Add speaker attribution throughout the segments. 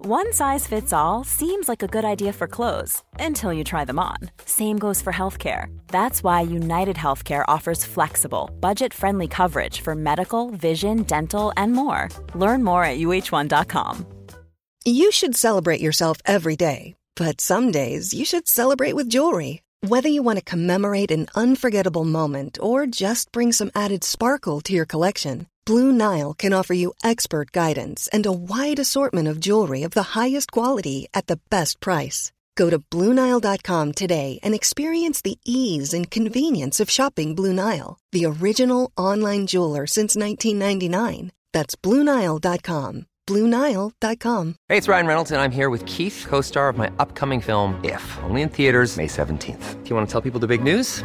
Speaker 1: One size fits all seems like a good idea for clothes until you try them on. Same goes for healthcare. That's why United Healthcare offers flexible, budget friendly coverage for medical, vision, dental, and more. Learn more at uh1.com.
Speaker 2: You should celebrate yourself every day, but some days you should celebrate with jewelry. Whether you want to commemorate an unforgettable moment or just bring some added sparkle to your collection, Blue Nile can offer you expert guidance and a wide assortment of jewelry of the highest quality at the best price. Go to BlueNile.com today and experience the ease and convenience of shopping Blue Nile, the original online jeweler since 1999. That's BlueNile.com. BlueNile.com.
Speaker 3: Hey, it's Ryan Reynolds, and I'm here with Keith, co star of my upcoming film, If, only in theaters, May 17th. Do you want to tell people the big news?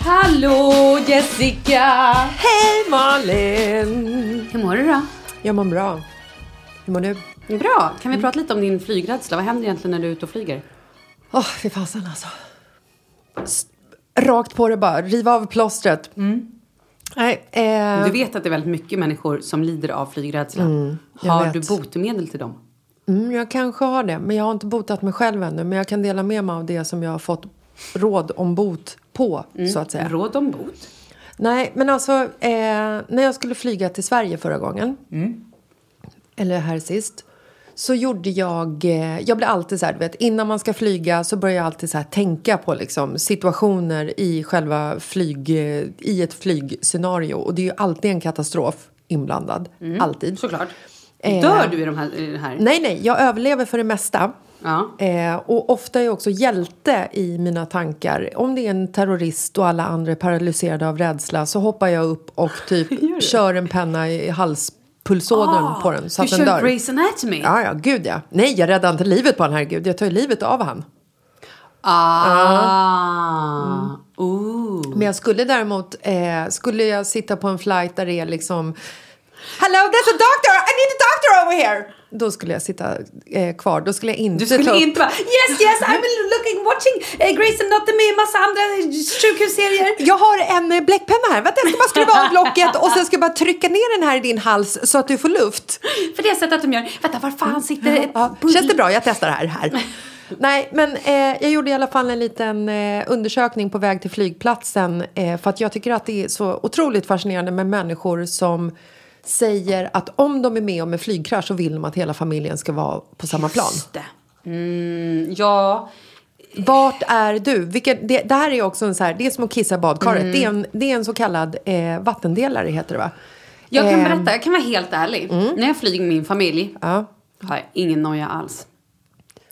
Speaker 4: Hallå Jessica!
Speaker 5: Hej, Malin!
Speaker 4: Hur mår du då?
Speaker 5: Jag mår bra. Hur mår du?
Speaker 4: Bra! Kan vi prata lite om din flygrädsla? Vad händer egentligen när du är ute och flyger?
Speaker 5: Åh, fy fasen alltså. S- Rakt på det bara, riva av plåstret. Nej, eh,
Speaker 4: Mm. Du vet att det är väldigt mycket människor som lider av flygrädsla.
Speaker 5: Mm, jag
Speaker 4: Har
Speaker 5: vet.
Speaker 4: du botemedel till dem?
Speaker 5: Mm, jag kanske har det, men jag har inte botat mig själv ännu. Men jag kan dela med mig av det som jag har fått råd om bot på, så att säga.
Speaker 4: Mm. Råd om bot?
Speaker 5: Nej, men alltså, eh, när jag skulle flyga till Sverige förra gången,
Speaker 4: Mm.
Speaker 5: eller här sist, så gjorde jag... Eh, jag blir alltid så här, du vet, innan man ska flyga så börjar jag alltid så här tänka på liksom, situationer i själva flyg... Eh, I ett flygscenario. Och det är ju alltid en katastrof inblandad. Alltid.
Speaker 4: Mm, Såklart.
Speaker 5: Eh,
Speaker 4: Dör du i, de här, i det här?
Speaker 5: Nej, nej, jag överlever för det mesta.
Speaker 4: Ja.
Speaker 5: Eh, och ofta är jag också hjälte i mina tankar. Om det är en terrorist och alla andra är paralyserade av rädsla så hoppar jag upp och typ kör en penna i halspulsådern på den så
Speaker 4: du
Speaker 5: att den
Speaker 4: kör
Speaker 5: dör.
Speaker 4: Grey's Anatomy?
Speaker 5: Ja, ja, gud ja. Nej, jag räddar inte livet på den här gud. Jag tar ju livet av han.
Speaker 4: Ah.
Speaker 5: Mm.
Speaker 4: Ooh.
Speaker 5: Men jag skulle däremot, eh, skulle jag sitta på en flight där det är liksom Hello, there's a doctor! I need a doctor over here! Sir! Då skulle jag sitta eh, kvar. Då skulle jag inte
Speaker 6: Du skulle
Speaker 5: ta upp-
Speaker 6: inte vara yes yes I'm looking watching
Speaker 4: eh,
Speaker 6: uh, Grace Anatomy massa andra sjukhusserier.
Speaker 5: Jag har en eh, bläckpenna här. Vänta, jag ska bara skriva av blocket och sen ska jag bara trycka ner den här i din hals så att du får luft.
Speaker 4: För det sättet de gör. Vänta, var fan sitter det?
Speaker 5: Mm. Ja, känns det bra? Jag testar det här. här. Nej, men eh, jag gjorde i alla fall en liten eh, undersökning på väg till flygplatsen eh, för att jag tycker att det är så otroligt fascinerande med människor som säger att om de är med om en flygkrasch så vill de att hela familjen ska vara på samma plan.
Speaker 4: Just det. Mm, ja.
Speaker 5: Vart är du? Vilken, det, det här är också en så här, det är som att kissa i badkaret.
Speaker 4: Mm.
Speaker 5: Det, är en, det är en så kallad eh, vattendelare heter det va?
Speaker 4: Jag kan
Speaker 5: Ehm. Mm.
Speaker 4: berätta, jag kan vara helt ärlig. När jag flyger med min familj
Speaker 5: Ja.
Speaker 4: har jag ingen noja alls.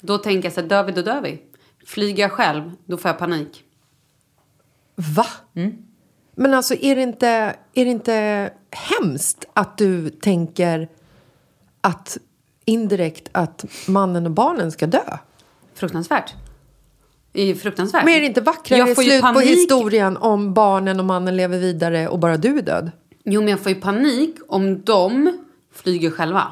Speaker 4: Då tänker jag så här, dör vi då dör vi. Flyger jag själv, då får jag panik.
Speaker 5: Va?
Speaker 4: Mm.
Speaker 5: Men alltså är det, inte, är det inte hemskt att du tänker att indirekt att mannen och barnen ska dö?
Speaker 4: Fruktansvärt. Det är ju fruktansvärt.
Speaker 5: Men är det inte vackrare
Speaker 4: Jag får ju
Speaker 5: slut på
Speaker 4: panik.
Speaker 5: historien om barnen och mannen lever vidare och bara du är död?
Speaker 4: Jo, men jag får ju panik om de flyger själva.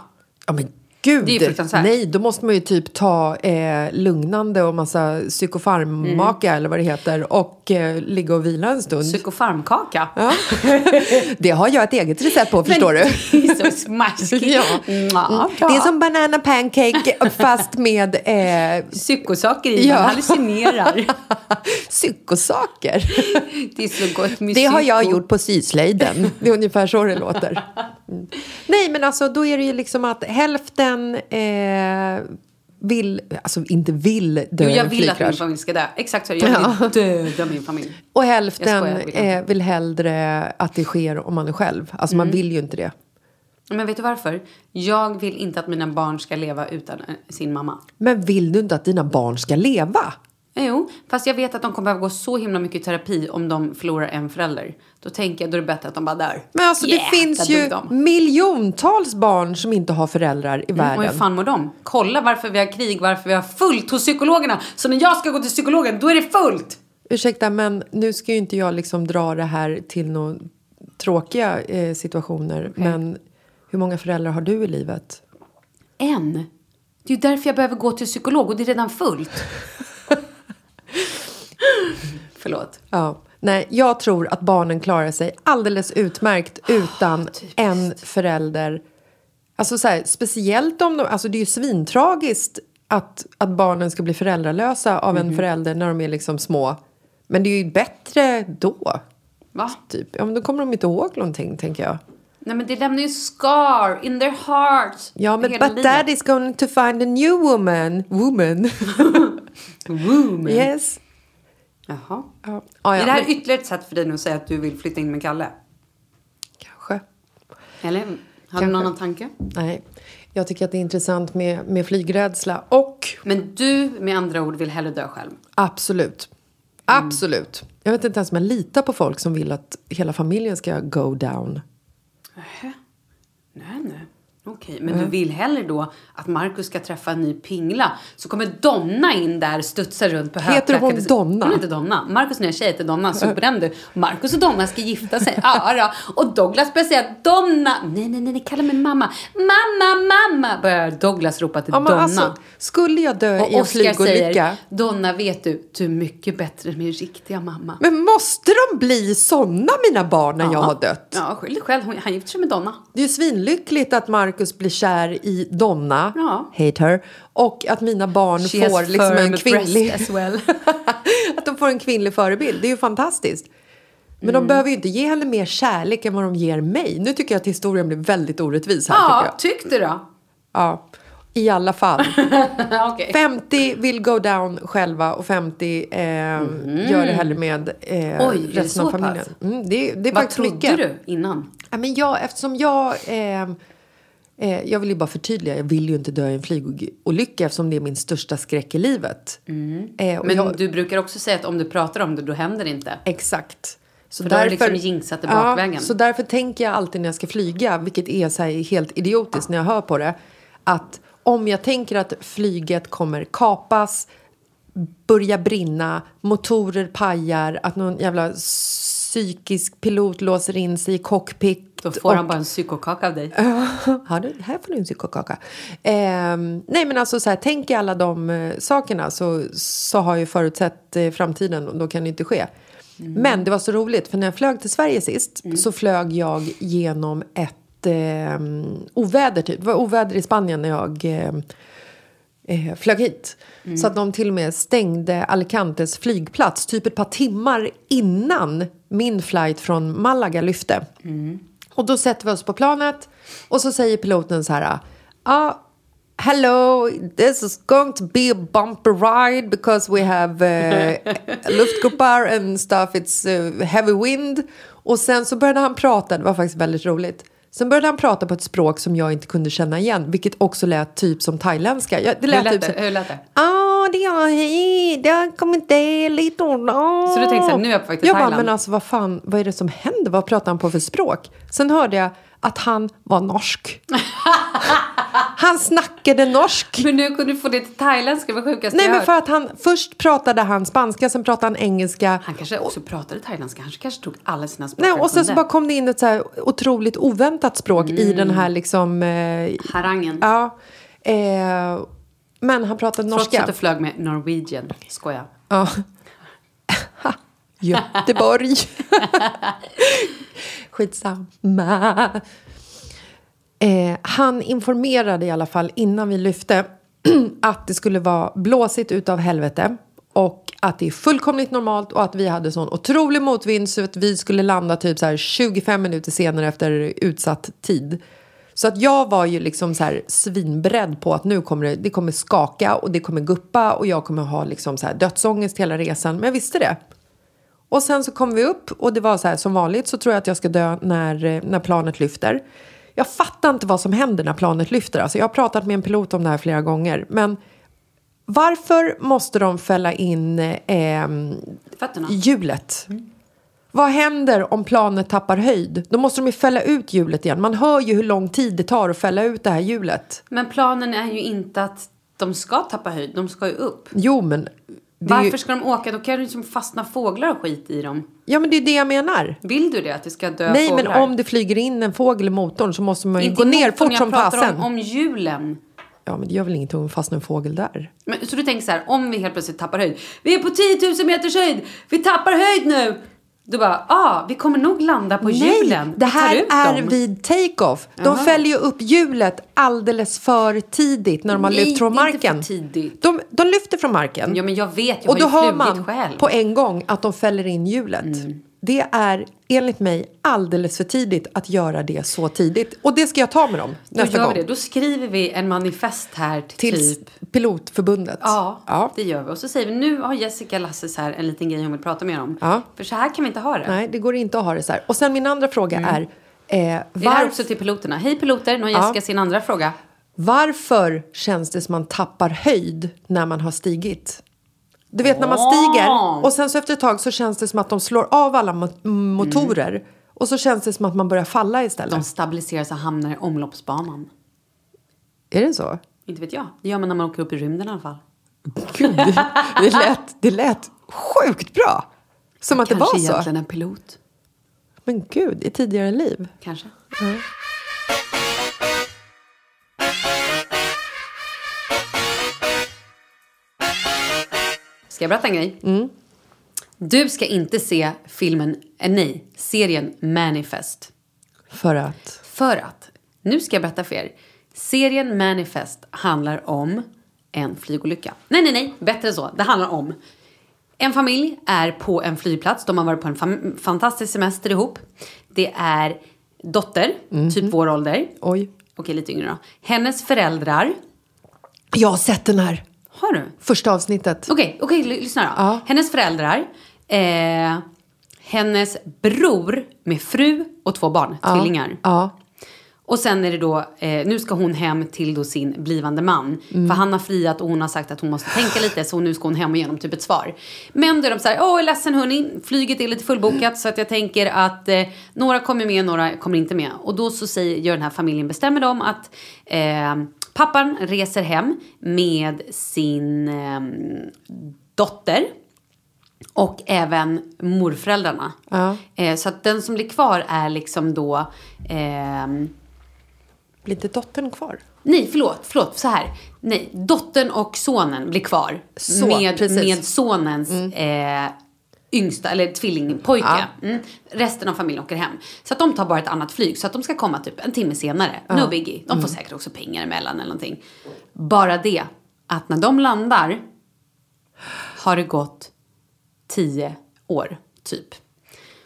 Speaker 5: Ja men gud!
Speaker 4: Det är ju fruktansvärt.
Speaker 5: Nej, då måste man ju typ ta eh, lugnande och massa psykofarmaka
Speaker 4: Mm.
Speaker 5: eller vad det heter och eh, ligga och vila en stund.
Speaker 4: Psykofarmkaka.
Speaker 5: ja. det har jag ett eget recept på förstår
Speaker 4: Men-
Speaker 5: du.
Speaker 4: Det är så smaskigt.
Speaker 5: Ja. Mm.
Speaker 4: Mwah.
Speaker 5: Det är som banana pancake fast med eh,
Speaker 4: Psykosaker i,
Speaker 5: Ja.
Speaker 4: man hallucinerar.
Speaker 5: psykosaker.
Speaker 4: Det är så gott med
Speaker 5: Det har jag
Speaker 4: psyko.
Speaker 5: gjort på syslöjden. Det är ungefär så det låter. Mm. Nej, men alltså då är det ju liksom att hälften eh, vill, alltså inte vill dö
Speaker 4: Jo,
Speaker 5: i
Speaker 4: jag
Speaker 5: en
Speaker 4: vill att min
Speaker 5: flygkrasch.
Speaker 4: familj ska dö. Exakt så är det. Jag vill döda min familj.
Speaker 5: Och
Speaker 4: Jag
Speaker 5: hälften
Speaker 4: skojar, William.
Speaker 5: eh, vill hellre att det sker om man är själv. Alltså
Speaker 4: Mm.
Speaker 5: man vill ju inte det.
Speaker 4: Men vet du varför? Jag vill inte att mina barn ska leva utan eh, sin mamma. Eh,
Speaker 5: Men vill du inte att dina barn ska leva?
Speaker 4: Jo, fast jag vet att de kommer behöva gå så himla mycket i terapi om de förlorar en förälder. Då tänker jag då är det bättre att de bara dör.
Speaker 5: Men alltså
Speaker 4: Yeah,
Speaker 5: det finns
Speaker 4: där
Speaker 5: ju
Speaker 4: dog de. Mm,
Speaker 5: miljontals barn som inte har föräldrar i
Speaker 4: Och hur
Speaker 5: världen.
Speaker 4: fan mår de? Kolla varför vi har krig, varför vi har fullt hos psykologerna. Så när jag ska gå till psykologen, då är det fullt!
Speaker 5: Ursäkta, men nu ska ju inte jag liksom dra det här till några tråkiga eh, situationer. Men hur många föräldrar har du i livet?
Speaker 4: En. Det är ju därför jag behöver gå till psykolog och det är redan fullt. Förlåt.
Speaker 5: Ja. Nej, jag tror att barnen klarar sig alldeles utmärkt utan en förälder. Alltså så här, speciellt om de, alltså det är ju svintragiskt att, att barnen ska bli föräldralösa av en förälder när de är liksom små. Men det är ju bättre då.
Speaker 4: Va?
Speaker 5: Typ. Ja, men då kommer de inte ihåg någonting, tänker jag.
Speaker 4: Nej men det lämnar ju scar in their hearts.
Speaker 5: Ja, men
Speaker 4: Hela
Speaker 5: but daddy's going to find a new woman. Woman.
Speaker 4: Woman.
Speaker 5: yes.
Speaker 4: Jaha.
Speaker 5: Ja, ja,
Speaker 4: är det här
Speaker 5: men-
Speaker 4: ytterligare ett sätt för dig nu att säga att du vill flytta in med Kalle?
Speaker 5: Kanske.
Speaker 4: Eller? Har du någon annan tanke?
Speaker 5: Nej. Jag tycker att det är intressant med, med flygrädsla. Och
Speaker 4: Men du med andra ord vill hellre dö själv.
Speaker 5: absolut.
Speaker 4: Mm.
Speaker 5: Absolut. Jag vet inte ens om jag litar på folk som vill att hela familjen ska go down.
Speaker 4: Nej, nej. Okej, men du vill hellre då att Markus ska träffa en ny pingla så kommer Donna in där studsar runt på
Speaker 5: Heter
Speaker 4: högklackat.
Speaker 5: hon Donna?
Speaker 4: Hon heter Donna. Markus nya tjej heter Donna. Super den du. Markus och Donna ska gifta sig. Ja, ja. Och Douglas börjar säga Donna. Nej, nej, nej, nej, kalla mig mamma. Mamma, mamma. Börjar Douglas ropa till
Speaker 5: Ja, men
Speaker 4: Donna.
Speaker 5: alltså, skulle jag dö
Speaker 4: och
Speaker 5: i en
Speaker 4: Oscar
Speaker 5: flygolycka...
Speaker 4: säger Donna vet du, du är mycket bättre än min riktiga mamma.
Speaker 5: Men måste de bli såna mina barn när jag har dött?
Speaker 4: Ja, skyll dig själv. Hon, han gifter sig med Donna.
Speaker 5: Det är ju svinlyckligt att Marcus blir kär i Donna,
Speaker 4: Ja.
Speaker 5: hate her, och att mina barn
Speaker 4: She has
Speaker 5: får liksom
Speaker 4: firm
Speaker 5: en kvinnlig...
Speaker 4: breast as well.
Speaker 5: att de får en kvinnlig förebild, det är ju fantastiskt. Men
Speaker 4: Mm.
Speaker 5: de behöver ju inte ge henne mer kärlek än vad de ger mig. Nu tycker jag att historien blir väldigt orättvis här.
Speaker 4: Ja,
Speaker 5: Tycker
Speaker 4: tyckte du då?
Speaker 5: jag. Ja. I alla fall.
Speaker 4: Okej.
Speaker 5: 50 vill go down själva och 50 eh, gör det hellre med eh,
Speaker 4: Mhm. Oj, är det
Speaker 5: resten av
Speaker 4: så pass?
Speaker 5: familjen. Mm, det, är- det är
Speaker 4: Vad
Speaker 5: faktiskt
Speaker 4: trodde
Speaker 5: mycket.
Speaker 4: du innan?
Speaker 5: Ja, men jag, eftersom jag... Eh, eh, jag vill ju bara förtydliga, jag vill ju inte dö i en flygolycka eftersom det är min största skräck i livet. Eh, och
Speaker 4: Mm. Men
Speaker 5: jag,
Speaker 4: du brukar också säga att om du pratar om det, då händer det inte.
Speaker 5: Exakt. Så
Speaker 4: För då har du liksom jinxat det bakvägen.
Speaker 5: så därför tänker jag alltid när jag ska flyga, vilket är så här helt idiotiskt när jag hör på det, att om jag tänker att flyget kommer kapas, börja brinna, motorer pajar, att någon jävla psykisk pilot låser in sig i cockpit.
Speaker 4: Då får han
Speaker 5: och-
Speaker 4: bara en psykokaka av dig.
Speaker 5: har du, här får du en psykokaka. Ehm, nej men alltså så här, tänk i alla de eh, sakerna så, så har ju förutsett eh, framtiden och då kan det inte ske. Men det var så roligt för när jag flög till Sverige sist så flög jag genom ett eh, oväder typ. Det var oväder i Spanien när jag eh, eh, flög hit. Så att de till och med stängde Alicantes flygplats typ ett par timmar innan min flight från Malaga lyfte. Och då sätter vi oss på planet och så säger piloten så här. Ah, hello, this is going to be a bumpy ride because we have uh, luftkuppar and stuff. It's eh, heavy wind. Och sen så började han prata, det var faktiskt väldigt roligt. Sen började han prata på ett språk som jag inte kunde känna igen, vilket också lät typ som thailändska. Jag, det
Speaker 4: Hur
Speaker 5: lät
Speaker 4: lät
Speaker 5: typ
Speaker 4: det?
Speaker 5: så här,
Speaker 4: Hur lät det?
Speaker 5: Ah, det är hej, det har kommit det lite
Speaker 4: Så du tänkte så här, nu är jag på väg till
Speaker 5: jag bara,
Speaker 4: Thailand.
Speaker 5: men alltså vad fan, vad är det som händer? Vad pratar han på för språk? Sen hörde jag att han var norsk. han snackade norsk.
Speaker 4: Men nu kunde du få det till thailändska, det var sjukaste
Speaker 5: Nej
Speaker 4: jag
Speaker 5: men
Speaker 4: hört.
Speaker 5: för att han, först pratade han spanska, sen pratade han engelska.
Speaker 4: Han kanske också pratade thailändska, han kanske tog alla sina språk
Speaker 5: Nej,
Speaker 4: han
Speaker 5: och sen så
Speaker 4: kunde. Mm.
Speaker 5: bara kom det in ett så här otroligt oväntat språk i den här liksom... Eh,
Speaker 4: Harangen.
Speaker 5: ja. Eh, men han pratade
Speaker 4: Trots att du
Speaker 5: norska.
Speaker 4: flög med Norwegian. Skoja.
Speaker 5: Ja. Göteborg. Skitsamma. Eh, han informerade i alla fall innan vi lyfte att det skulle vara blåsigt utav helvete och att det är fullkomligt normalt och att vi hade sån otrolig motvind så att vi skulle landa typ så här 25 minuter senare efter utsatt tid. Så att jag var ju liksom så här svinberedd på att nu kommer det, det kommer skaka och det kommer guppa och jag kommer ha liksom så här dödsångest hela resan. Men jag visste det. Och sen så kom vi upp och det var så här som vanligt så tror jag att jag ska dö när, eh, när planet lyfter. Jag fattar inte vad som händer när planet lyfter. Alltså jag har pratat med en pilot om det här flera gånger. Men varför måste de fälla in eh,
Speaker 4: Fötterna.
Speaker 5: hjulet? Vad händer om planet tappar höjd? Då måste de ju fälla ut hjulet igen. Man hör ju hur lång tid det tar att fälla ut det här hjulet.
Speaker 4: Men planen är ju inte att de ska tappa höjd, de ska ju upp.
Speaker 5: Jo, men... Det är ju,
Speaker 4: Varför ska de åka? Då kan det ju liksom fastna fåglar och skit i dem.
Speaker 5: ja, men det är ju det jag menar.
Speaker 4: Vill du det? Att det ska dö
Speaker 5: Nej,
Speaker 4: fåglar?
Speaker 5: men om det flyger in en fågel i motorn så måste man ju
Speaker 4: Inte
Speaker 5: gå ner
Speaker 4: emot dem,
Speaker 5: fort som
Speaker 4: Jag pratar
Speaker 5: fasen.
Speaker 4: om, om hjulen.
Speaker 5: Ja, men det gör väl ingenting om det fastnar en fågel där.
Speaker 4: Men, så du tänker så här, om vi helt plötsligt tappar höjd. Vi är på 10 000 meters höjd! Vi tappar höjd nu! Då bara, ah, vi kommer nog landa på hjulen.
Speaker 5: det
Speaker 4: Vi tar
Speaker 5: här
Speaker 4: ut
Speaker 5: är
Speaker 4: dem.
Speaker 5: vid take-off. De
Speaker 4: Jaha.
Speaker 5: fäller ju upp hjulet alldeles för tidigt när de har
Speaker 4: Nej,
Speaker 5: lyft från
Speaker 4: det är
Speaker 5: marken.
Speaker 4: inte för tidigt.
Speaker 5: De, de lyfter från marken.
Speaker 4: Ja, men jag vet, jag
Speaker 5: Och då
Speaker 4: har ju
Speaker 5: hör
Speaker 4: flugit
Speaker 5: man
Speaker 4: själv. Mm.
Speaker 5: på en gång att de fäller in hjulet. Det är enligt mig alldeles för tidigt att göra det så tidigt. Och det ska jag ta med dem
Speaker 4: Då
Speaker 5: nästa
Speaker 4: gör
Speaker 5: gång.
Speaker 4: vi det. Då skriver vi en manifest här till,
Speaker 5: Till
Speaker 4: typ...
Speaker 5: pilotförbundet.
Speaker 4: Ja, det gör vi. Och så säger vi, nu har Jessica Lasses här en liten grej hon vill prata med er om.
Speaker 5: Ja.
Speaker 4: För så här kan vi inte ha det.
Speaker 5: Nej, det går inte att ha det så här. Och sen min andra fråga är... Eh,
Speaker 4: Det här Mm. är
Speaker 5: varför...
Speaker 4: också till piloterna. Hej piloter, nu har Jessica sin andra fråga.
Speaker 5: Varför känns det som man tappar höjd när man har stigit? Du vet när man
Speaker 4: Ah.
Speaker 5: stiger och sen så efter ett tag så känns det som att de slår av alla mo- motorer och så känns det som att man börjar falla istället.
Speaker 4: De stabiliseras och hamnar i omloppsbanan.
Speaker 5: Är det så?
Speaker 4: Inte vet jag. Det gör man när man åker upp i rymden i alla fall.
Speaker 5: Gud, det, det, lät, det lät sjukt bra! Som att det
Speaker 4: Kanske
Speaker 5: var så.
Speaker 4: egentligen en pilot.
Speaker 5: Men gud, i tidigare liv.
Speaker 4: Kanske. Ska jag berätta en grej? Du ska inte se filmen, eh, nej, serien Manifest.
Speaker 5: För att...
Speaker 4: För att, nu ska jag berätta för er. Serien Manifest handlar om en flygolycka. Nej, nej, nej, bättre så. Det handlar om en familj är på en flygplats. De har varit på en fam- fantastisk semester ihop. Det är dotter, typ vår ålder.
Speaker 5: Oj.
Speaker 4: Okej, lite yngre då. Hennes föräldrar.
Speaker 5: Jag har sett den här!
Speaker 4: Har du?
Speaker 5: Första avsnittet.
Speaker 4: Okej, okej, ly- lyssna då.
Speaker 5: Ja.
Speaker 4: Hennes föräldrar, eh, hennes bror med fru och två barn, tvillingar.
Speaker 5: Ja.
Speaker 4: Och sen är det då, eh, nu ska hon hem till då sin blivande man.
Speaker 5: Mm.
Speaker 4: För han har friat och hon har sagt att hon måste tänka lite så nu ska hon hem och ge honom typ ett svar. Men då är de så här, åh jag är ledsen hörni, flyget är lite fullbokat så att jag tänker att eh, några kommer med, några kommer inte med. Och då så säger, gör den här familjen, bestämmer de att eh, pappan ehm, reser hem med sin eh, dotter Och även morföräldrarna.
Speaker 5: Ja.
Speaker 4: Eh, så att den som blir kvar är liksom då... ehm,
Speaker 5: Blir inte dottern kvar?
Speaker 4: Nej, förlåt, förlåt, så här. Nej, dottern och sonen blir kvar
Speaker 5: Så,
Speaker 4: med,
Speaker 5: precis. Mm.
Speaker 4: med sonens eh, yngsta, eller tvillingpojke. Mm. Resten av familjen åker hem. Så att de tar bara ett annat flyg, så att de ska komma typ en timme senare. No biggie. De
Speaker 5: Mm.
Speaker 4: får säkert också pengar emellan eller någonting. Bara det, att när de landar har det gått tio år, typ.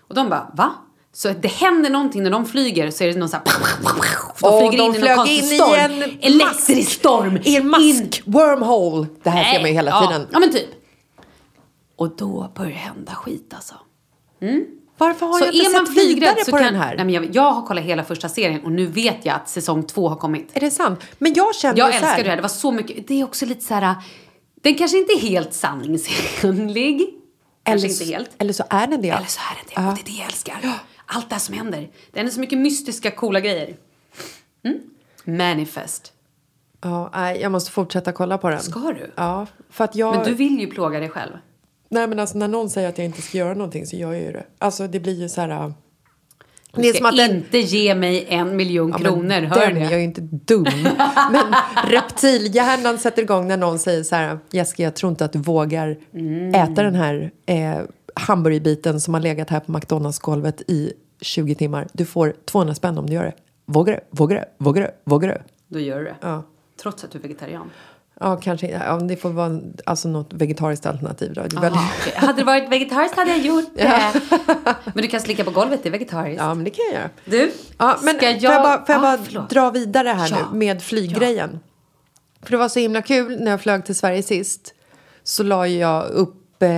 Speaker 4: Och de bara, va? Så att det händer någonting när de flyger så är det någon så här...
Speaker 5: Åh,
Speaker 4: De flyger
Speaker 5: de
Speaker 4: in i
Speaker 5: flög
Speaker 4: någon konstig
Speaker 5: in i
Speaker 4: storm.
Speaker 5: en mask.
Speaker 4: Elektrisk storm.
Speaker 5: I en mask! Wormhole! Det här ser man ju hela
Speaker 4: ja,
Speaker 5: tiden.
Speaker 4: Ja, men typ. Och då börjar det hända skit alltså.
Speaker 5: Varför har
Speaker 4: så
Speaker 5: jag inte
Speaker 4: är man
Speaker 5: sett vidare
Speaker 4: flygrädd så
Speaker 5: på
Speaker 4: kan...
Speaker 5: den här?
Speaker 4: Nej, men jag, jag har kollat hela första serien och nu vet jag att säsong två har kommit.
Speaker 5: Är det sant? Men jag känner så
Speaker 4: Jag
Speaker 5: här.
Speaker 4: älskar det här. Det var så mycket. Det är också lite så här... äh, Den kanske inte är helt sanningsenlig. Kanske
Speaker 5: så-
Speaker 4: inte helt.
Speaker 5: Eller så är den det.
Speaker 4: Eller så är det det. Och det är det jag älskar. Allt det här som händer. Det är så mycket mystiska, coola grejer. Mm. Manifest.
Speaker 5: Ja, nej, jag måste fortsätta kolla på den.
Speaker 4: Ska du?
Speaker 5: Ja, för att jag...
Speaker 4: Men du vill ju plåga dig själv.
Speaker 5: Nej men alltså när någon säger att jag inte ska göra någonting så gör jag ju det. Alltså det blir ju så här... äh,
Speaker 4: Du
Speaker 5: det är
Speaker 4: ska
Speaker 5: som att den-
Speaker 4: inte ge mig en miljon
Speaker 5: Ja, men
Speaker 4: kronor, hör
Speaker 5: den,
Speaker 4: du
Speaker 5: Jag är
Speaker 4: det?
Speaker 5: ju inte dum. Men reptilhjärnan sätter igång när någon säger så här, Jessica jag tror inte att du vågar äta den här eh, hamburgerbiten som har legat här på McDonalds-golvet i 20 timmar. Du får 200 spänn om du gör det. Vågar du? Vågar du? Vågar du? Vågar du?
Speaker 4: Då gör du det. Trots att du är vegetarian.
Speaker 5: Ja, kanske. Ja, det får vara en- alltså, något vegetariskt alternativ då. Det är väldigt...
Speaker 4: Aha, Ah, okej. Hade det varit vegetariskt hade jag gjort det. Men du kan slicka på golvet, det är vegetariskt.
Speaker 5: Ja, men det kan jag göra.
Speaker 4: Du,
Speaker 5: Ja, men
Speaker 4: ska jag...
Speaker 5: Får jag bara, får jag
Speaker 4: Ah,
Speaker 5: bara
Speaker 4: förlåt.
Speaker 5: dra vidare här
Speaker 4: Ja.
Speaker 5: nu med flyggrejen? För det var så himla kul när jag flög till Sverige sist. Så la jag upp eh,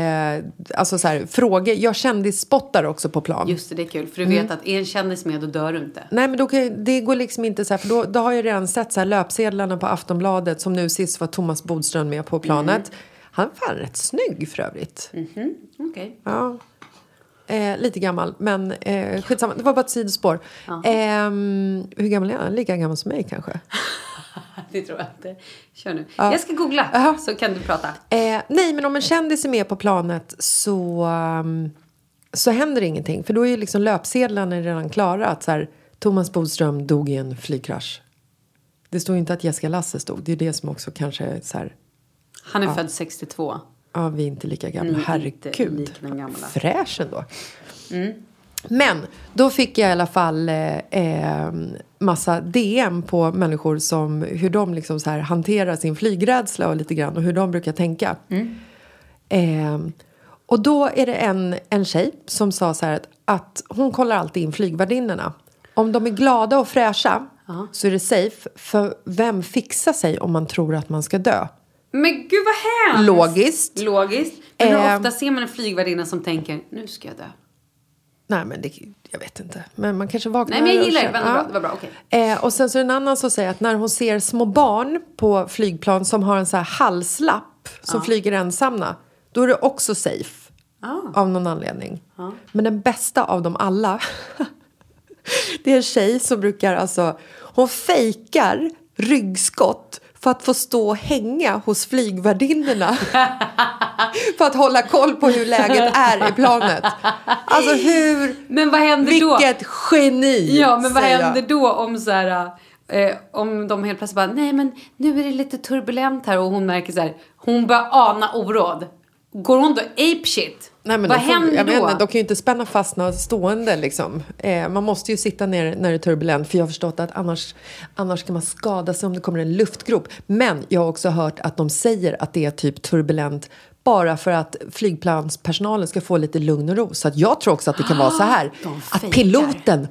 Speaker 5: alltså så här, frågor. Jag kändisspottar också på plan.
Speaker 4: Just det, det är kul. För du
Speaker 5: Mm.
Speaker 4: vet att är en kändis med, då dör du inte.
Speaker 5: Nej men då kan, jag- det går liksom inte så här, för då, då har jag redan sett så här löpsedlarna på Aftonbladet som nu sist var Thomas Bodström med på planet.
Speaker 4: Mm.
Speaker 5: Han var fan rätt snygg för övrigt.
Speaker 4: Okej.
Speaker 5: Ja. Eh, lite gammal, men eh, skitsamma. Det var bara ett sidospår. Ehm, hur gammal är han? Lika gammal som mig kanske?
Speaker 4: Det tror jag inte. Kör nu. Jag ska googla, så kan du prata.
Speaker 5: Eh, nej, men om en kändis är med på planet så, um, så händer det ingenting. För då är ju liksom löpsedlarna redan klara. Att så här, Thomas Bodström dog i en flygkrasch. Det står ju inte att Jessica Lasse stod. Det är det som också kanske är så här...
Speaker 4: Han är född 62.
Speaker 5: Ja, vi är inte lika gamla.
Speaker 4: Ni är Mm, inte
Speaker 5: Herregud.
Speaker 4: lika gamla. Mm.
Speaker 5: Fräsch ändå. Men då fick jag i alla fall eh, eh, massa DM på människor som hur de liksom så här hanterar sin flygrädsla och lite grann och hur de brukar tänka.
Speaker 4: Mm.
Speaker 5: Eh, och då är det en, en tjej som sa så här att, att hon kollar alltid in flygvärdinnorna. Om de är glada och fräscha så är det safe. För vem fixar sig om man tror att man ska dö?
Speaker 4: Men gud vad hemskt!
Speaker 5: Logiskt.
Speaker 4: Logiskt. Men hur
Speaker 5: Eh.
Speaker 4: ofta ser man en flygvärdinna som tänker, nu ska jag dö.
Speaker 5: Nej, men det, jag vet inte. Men man kanske vaknar
Speaker 4: Nej, men jag
Speaker 5: och
Speaker 4: gillar det.
Speaker 5: känner-
Speaker 4: Men det var bra, det var bra, okej.
Speaker 5: Eh, och sen så är det en annan som säger att när hon ser små barn på flygplan som har en så här halslapp som flyger ensamma, då är det också safe.
Speaker 4: Ah.
Speaker 5: Av någon anledning. Men den bästa av dem alla, det är en tjej som brukar alltså, hon fejkar ryggskott för att få stå och hänga hos flygvärdinnorna. för att hålla koll på hur läget är i planet. Alltså hur...
Speaker 4: Men vad händer då?
Speaker 5: Vilket geni!
Speaker 4: Ja, men vad
Speaker 5: säger jag.
Speaker 4: händer då om så här... Eh, om de helt plötsligt bara, nej men nu är det lite turbulent här och hon märker så här, hon börjar ana oråd. Går hon då ape shit?
Speaker 5: Nej, men
Speaker 4: vad
Speaker 5: de får,
Speaker 4: händer
Speaker 5: jag
Speaker 4: då?
Speaker 5: vet inte, de kan ju inte spänna fast några stående. Liksom. Eh, man måste ju sitta ner när det är turbulent. För jag har förstått att annars, annars kan man skada sig om det kommer en luftgrop. Men jag har också hört att de säger att det är typ turbulent bara för att flygplanspersonalen ska få lite lugn och ro. Så att jag tror också att det kan vara så här.
Speaker 4: de
Speaker 5: Att
Speaker 4: fejkar.
Speaker 5: piloten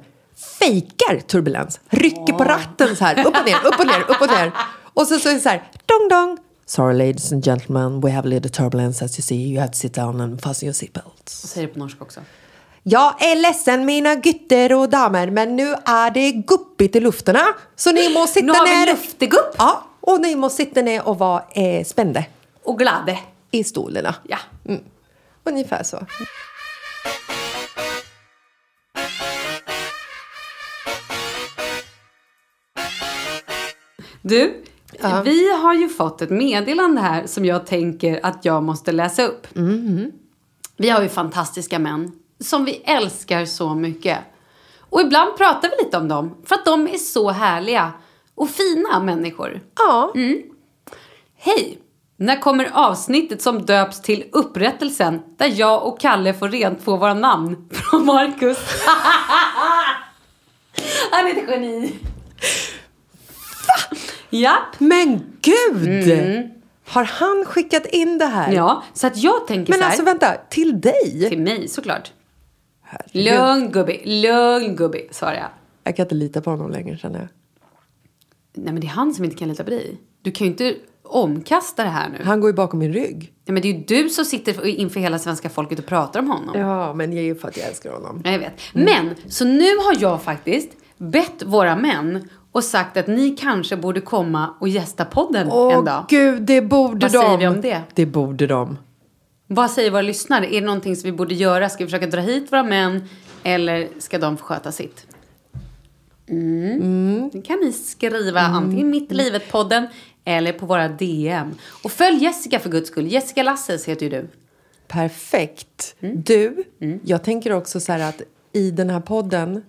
Speaker 5: fejkar turbulens. Rycker på ratten så här. Upp och ner, upp och ner, upp och ner. Och så, så är det så här. Dong, dong. Sorry ladies and gentlemen, we have a little turbulence as you see. You have to sit down and fasten your seatbelts.
Speaker 4: Säger det på norska också.
Speaker 5: Jag är ledsen mina gutter och damer, men nu är det guppigt i lufterna. Så ni må sitta
Speaker 4: Nu har vi
Speaker 5: ner.
Speaker 4: luftegupp.
Speaker 5: Ja, och ni må sitta ner och vara eh, spända
Speaker 4: Och glade.
Speaker 5: i stolarna.
Speaker 4: Ja.
Speaker 5: Mm. Ungefär så.
Speaker 4: Du, vi har ju fått ett meddelande här som jag tänker att jag måste läsa upp. Vi har ju fantastiska män som vi älskar så mycket. Och ibland pratar vi lite om dem för att de är så härliga och fina människor. Mm.
Speaker 5: Ja.
Speaker 4: Hej! När kommer avsnittet som döps till Upprättelsen där jag och Kalle får rent på våra namn från Marcus? Han är ett geni. Japp.
Speaker 5: Men gud! Mm. Har han skickat in det här?
Speaker 4: Ja, så att jag tänker
Speaker 5: Men
Speaker 4: så här.
Speaker 5: alltså vänta, till dig?
Speaker 4: Till mig såklart.
Speaker 5: Herregud.
Speaker 4: Lugn gubbe, lugn gubbe, svarar jag.
Speaker 5: Jag kan inte lita på honom längre känner jag.
Speaker 4: Nej men det är han som inte kan lita på dig. Du kan ju inte omkasta det här nu.
Speaker 5: Han går ju bakom min rygg.
Speaker 4: Nej men det är ju du som sitter inför hela svenska folket och pratar om honom.
Speaker 5: Ja, men det är ju för att jag älskar honom.
Speaker 4: Ja, jag vet. Men, så nu har jag faktiskt bett våra män och sagt att ni kanske borde komma och gästa podden en
Speaker 5: Åh
Speaker 4: dag.
Speaker 5: gud, det borde
Speaker 4: Vad
Speaker 5: de.
Speaker 4: säger vi om det?
Speaker 5: Det borde de.
Speaker 4: Vad säger våra lyssnare? Är det någonting som vi borde göra? Ska vi försöka dra hit våra män eller ska de få sköta sitt? Mm. Det kan ni skriva antingen i Mitt i livet-podden eller på våra DM. Och följ Jessica för guds skull. Jessica Lasses heter ju du.
Speaker 5: Perfekt.
Speaker 4: Mm.
Speaker 5: Du, jag tänker också så här att i den här podden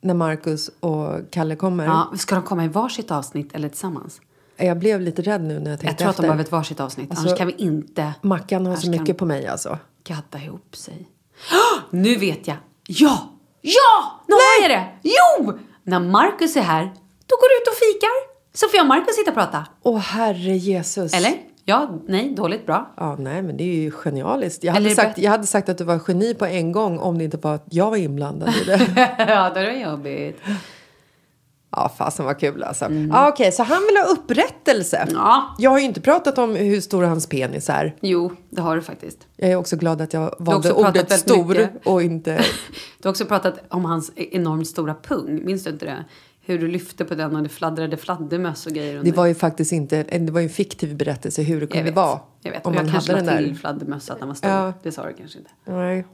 Speaker 5: när Marcus och Kalle kommer.
Speaker 4: Ja, ska de komma i varsitt avsnitt eller tillsammans?
Speaker 5: Jag blev lite rädd nu när jag tänkte
Speaker 4: Jag tror att
Speaker 5: efter.
Speaker 4: de behöver ett varsitt avsnitt,
Speaker 5: Alltså,
Speaker 4: annars kan vi inte...
Speaker 5: Mackan har
Speaker 4: annars
Speaker 5: så
Speaker 4: kan-
Speaker 5: mycket på mig alltså.
Speaker 4: gadda ihop sig. Ah! Nu vet jag! Ja! Ja! Nu har jag det! Jo! När Marcus är här, då går du ut och fikar. Så får jag och Marcus sitta och prata.
Speaker 5: Åh herre Jesus.
Speaker 4: Eller? Ja, nej, dåligt, bra.
Speaker 5: Ja, nej men det är ju genialiskt. Jag
Speaker 4: Eller
Speaker 5: hade,
Speaker 4: är det
Speaker 5: sagt,
Speaker 4: bättre?
Speaker 5: jag hade sagt att du var geni på en gång om det inte var att jag var inblandad i det.
Speaker 4: ja, då är det jobbigt.
Speaker 5: ja, fasen vad kul alltså. Ja, Okej, så han vill ha upprättelse.
Speaker 4: Mm. Ja.
Speaker 5: Jag har ju inte pratat om hur stor hans penis är.
Speaker 4: Jo, det har du faktiskt.
Speaker 5: Jag är också glad att jag valde
Speaker 4: också pratat
Speaker 5: ordet
Speaker 4: väldigt
Speaker 5: stor
Speaker 4: mycket.
Speaker 5: och inte...
Speaker 4: Du har också pratat om hans enormt stora pung. Minns du inte det? Hur du lyfte på den och det fladdrade fladdermöss och grejer.
Speaker 5: Det
Speaker 4: under.
Speaker 5: var ju faktiskt inte... Det var ju en fiktiv berättelse hur det
Speaker 4: jag
Speaker 5: kunde
Speaker 4: vet,
Speaker 5: vara.
Speaker 4: Jag vet.
Speaker 5: Om
Speaker 4: och jag
Speaker 5: man
Speaker 4: kanske
Speaker 5: hade den
Speaker 4: la
Speaker 5: där...
Speaker 4: till fladdermöss att den var stor.
Speaker 5: Ja.
Speaker 4: Det sa du kanske inte.
Speaker 5: Nej.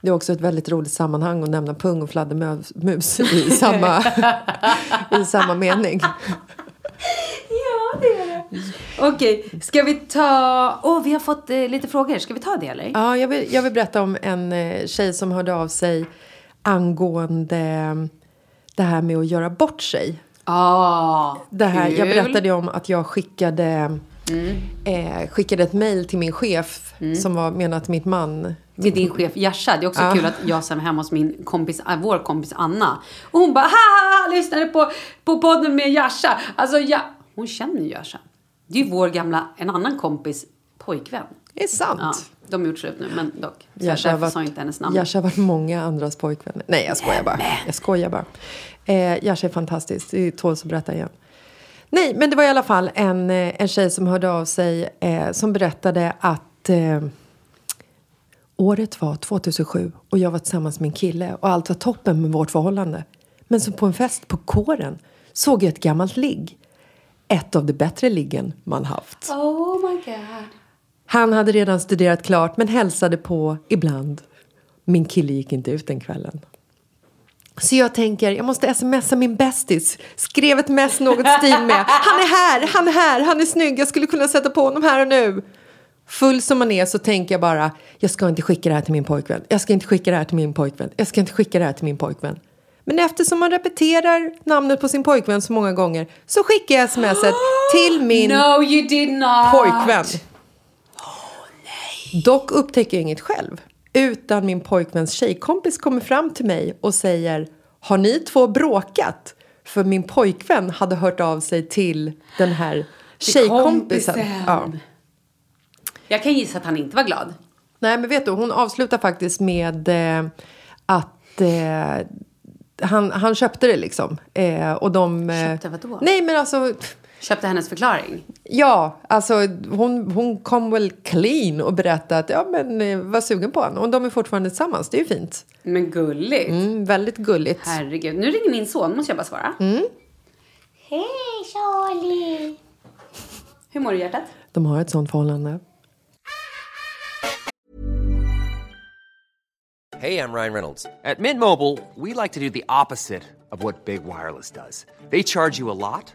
Speaker 5: Det är också ett väldigt roligt sammanhang att nämna pung och fladdermus i samma, i samma mening.
Speaker 4: Ja, det är det. Okej, ska vi ta... Åh, vi har fått eh, lite frågor. Ska vi ta det eller?
Speaker 5: Ja, jag, vill, jag vill berätta om en eh, tjej som hörde av sig angående det här med att göra bort sig.
Speaker 4: Ja,
Speaker 5: Det här, jag
Speaker 4: kul. Mm.
Speaker 5: berättade ju om att jag skickade, eh, skickade ett mejl till min chef som var menat till mitt man.
Speaker 4: Till
Speaker 5: Mm.
Speaker 4: din chef Yarsha. Det är också
Speaker 5: Ah.
Speaker 4: kul att jag sen var hemma hos min kompis, äh, vår kompis Anna. Och hon bara haha, lyssnade på, på podden med Yarsha. Alltså, ja... Hon känner ju Yarsha. Det är ju vår gamla, en annan kompis pojkvän.
Speaker 5: Det är sant.
Speaker 4: Ja, de har gjort slut nu, men dock. Så
Speaker 5: Jasha har
Speaker 4: därför sa jag
Speaker 5: varit-
Speaker 4: inte hennes namn.
Speaker 5: Jasha har varit många andras pojkvänner. Nej, jag skojar bara. Jag skojar bara. Eh, Jasha är fantastisk. Det tåls att berätta igen. Nej, men det var i alla fall en, eh, en tjej som hörde av sig eh, som berättade att eh, året var 2007 och jag var tillsammans med en kille och allt var toppen med vårt förhållande. Men som på en fest på kåren såg jag ett gammalt ligg. Ett av de bättre liggen man haft.
Speaker 4: Oh my god.
Speaker 5: Han hade redan studerat klart men hälsade på ibland. Min kille gick inte ut den kvällen. Så jag tänker, jag måste smsa min bästis. Skrev ett mess något i stil med. Han är här, han är här, han är snygg, jag skulle kunna sätta på honom här och nu. Full som man är så tänker jag bara, jag ska inte skicka det här till min pojkvän. Jag ska inte skicka det här till min pojkvän. Jag ska inte skicka det här till min pojkvän. Men eftersom man repeterar namnet på sin pojkvän så många gånger så skickar jag smset till min
Speaker 4: No you did not.
Speaker 5: pojkvän. Dock upptäcker jag inget själv. Utan min pojkväns tjejkompis kommer fram till mig och säger Har ni två bråkat? För min pojkvän hade hört av sig till den här tjejkompisen.
Speaker 4: kompisen.
Speaker 5: Ja.
Speaker 4: Jag kan gissa att han inte var glad.
Speaker 5: Nej men vet du, hon avslutar faktiskt med eh, att eh, han, han köpte det liksom. Eh, och de, eh,
Speaker 4: Köpte vadå?
Speaker 5: Nej men alltså
Speaker 4: Köpte hennes förklaring.
Speaker 5: Ja, alltså hon, hon kom väl clean och berättade att ja, men eh, var sugen på honom. Och de är fortfarande tillsammans, det är ju fint.
Speaker 4: Men gulligt.
Speaker 5: Mm, väldigt gulligt.
Speaker 4: Herregud. Nu ringer min son, måste jag bara svara.
Speaker 6: Hej Charlie!
Speaker 4: Hur mår du hjärtat?
Speaker 5: De har ett sånt förhållande.
Speaker 3: Hey, I'm Ryan Reynolds. At Mint Mobile, we like to do the opposite of what Big Wireless does. They charge you a lot,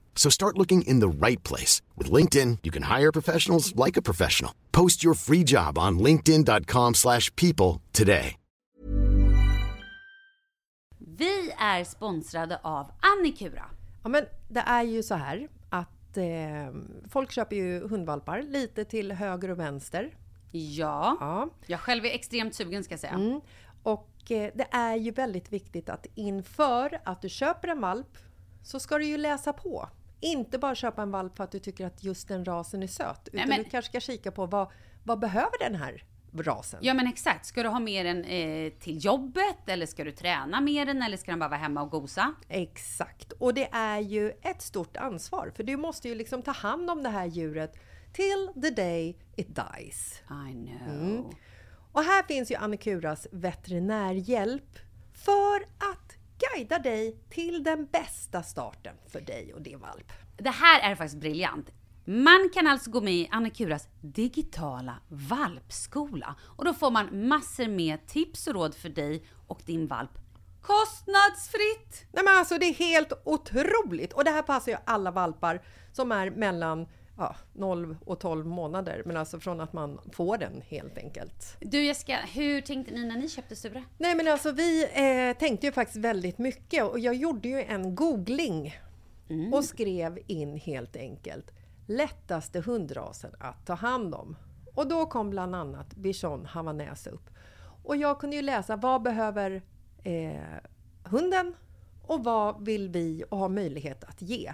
Speaker 7: So start looking in the right place. With LinkedIn, you can hire professionals like a professional. Post your free job on linkedin.com/people slash people today.
Speaker 4: Vi är sponsrade av Annikura.
Speaker 5: Ja, men det är ju så här att eh, folk köper ju hundvalpar lite till höger och vänster.
Speaker 4: Ja.
Speaker 5: Ja.
Speaker 4: Jag själv är extremt sugen ska jag säga.
Speaker 5: Och eh, det är ju väldigt viktigt att inför att du köper en valp så ska du ju läsa på. Inte bara köpa en valp för att du tycker att just den rasen är söt. Utan
Speaker 4: men-
Speaker 5: du kanske ska kika på vad, vad behöver den här rasen?
Speaker 4: Ja men exakt. Ska du ha med den eh, till jobbet? Eller ska du träna med den? Eller ska den bara vara hemma och gosa?
Speaker 5: Exakt. Och det är ju ett stort ansvar. För du måste ju liksom ta hand om det här djuret till the day it dies.
Speaker 4: I know.
Speaker 5: Och här finns ju Annikuras veterinärhjälp för att guida dig till den bästa starten för dig och din valp.
Speaker 4: Det här är faktiskt briljant. Man kan alltså gå med i Annikuras digitala valpskola och då får man massor med tips och råd för dig och din valp kostnadsfritt.
Speaker 5: Nej men alltså det är helt otroligt! Och det här passar ju alla valpar som är mellan ja, 0 och 12 månader. Men alltså från att man får den helt enkelt.
Speaker 4: Du Jessica, hur tänkte ni när ni köpte Sture?
Speaker 5: Nej men alltså vi eh, tänkte ju faktiskt väldigt mycket och jag gjorde ju en googling och skrev in helt enkelt lättaste hundrasen att ta hand om. Och då kom bland annat bichon havanäs upp. Och jag kunde ju läsa vad behöver eh, hunden och vad vill vi och har möjlighet att ge.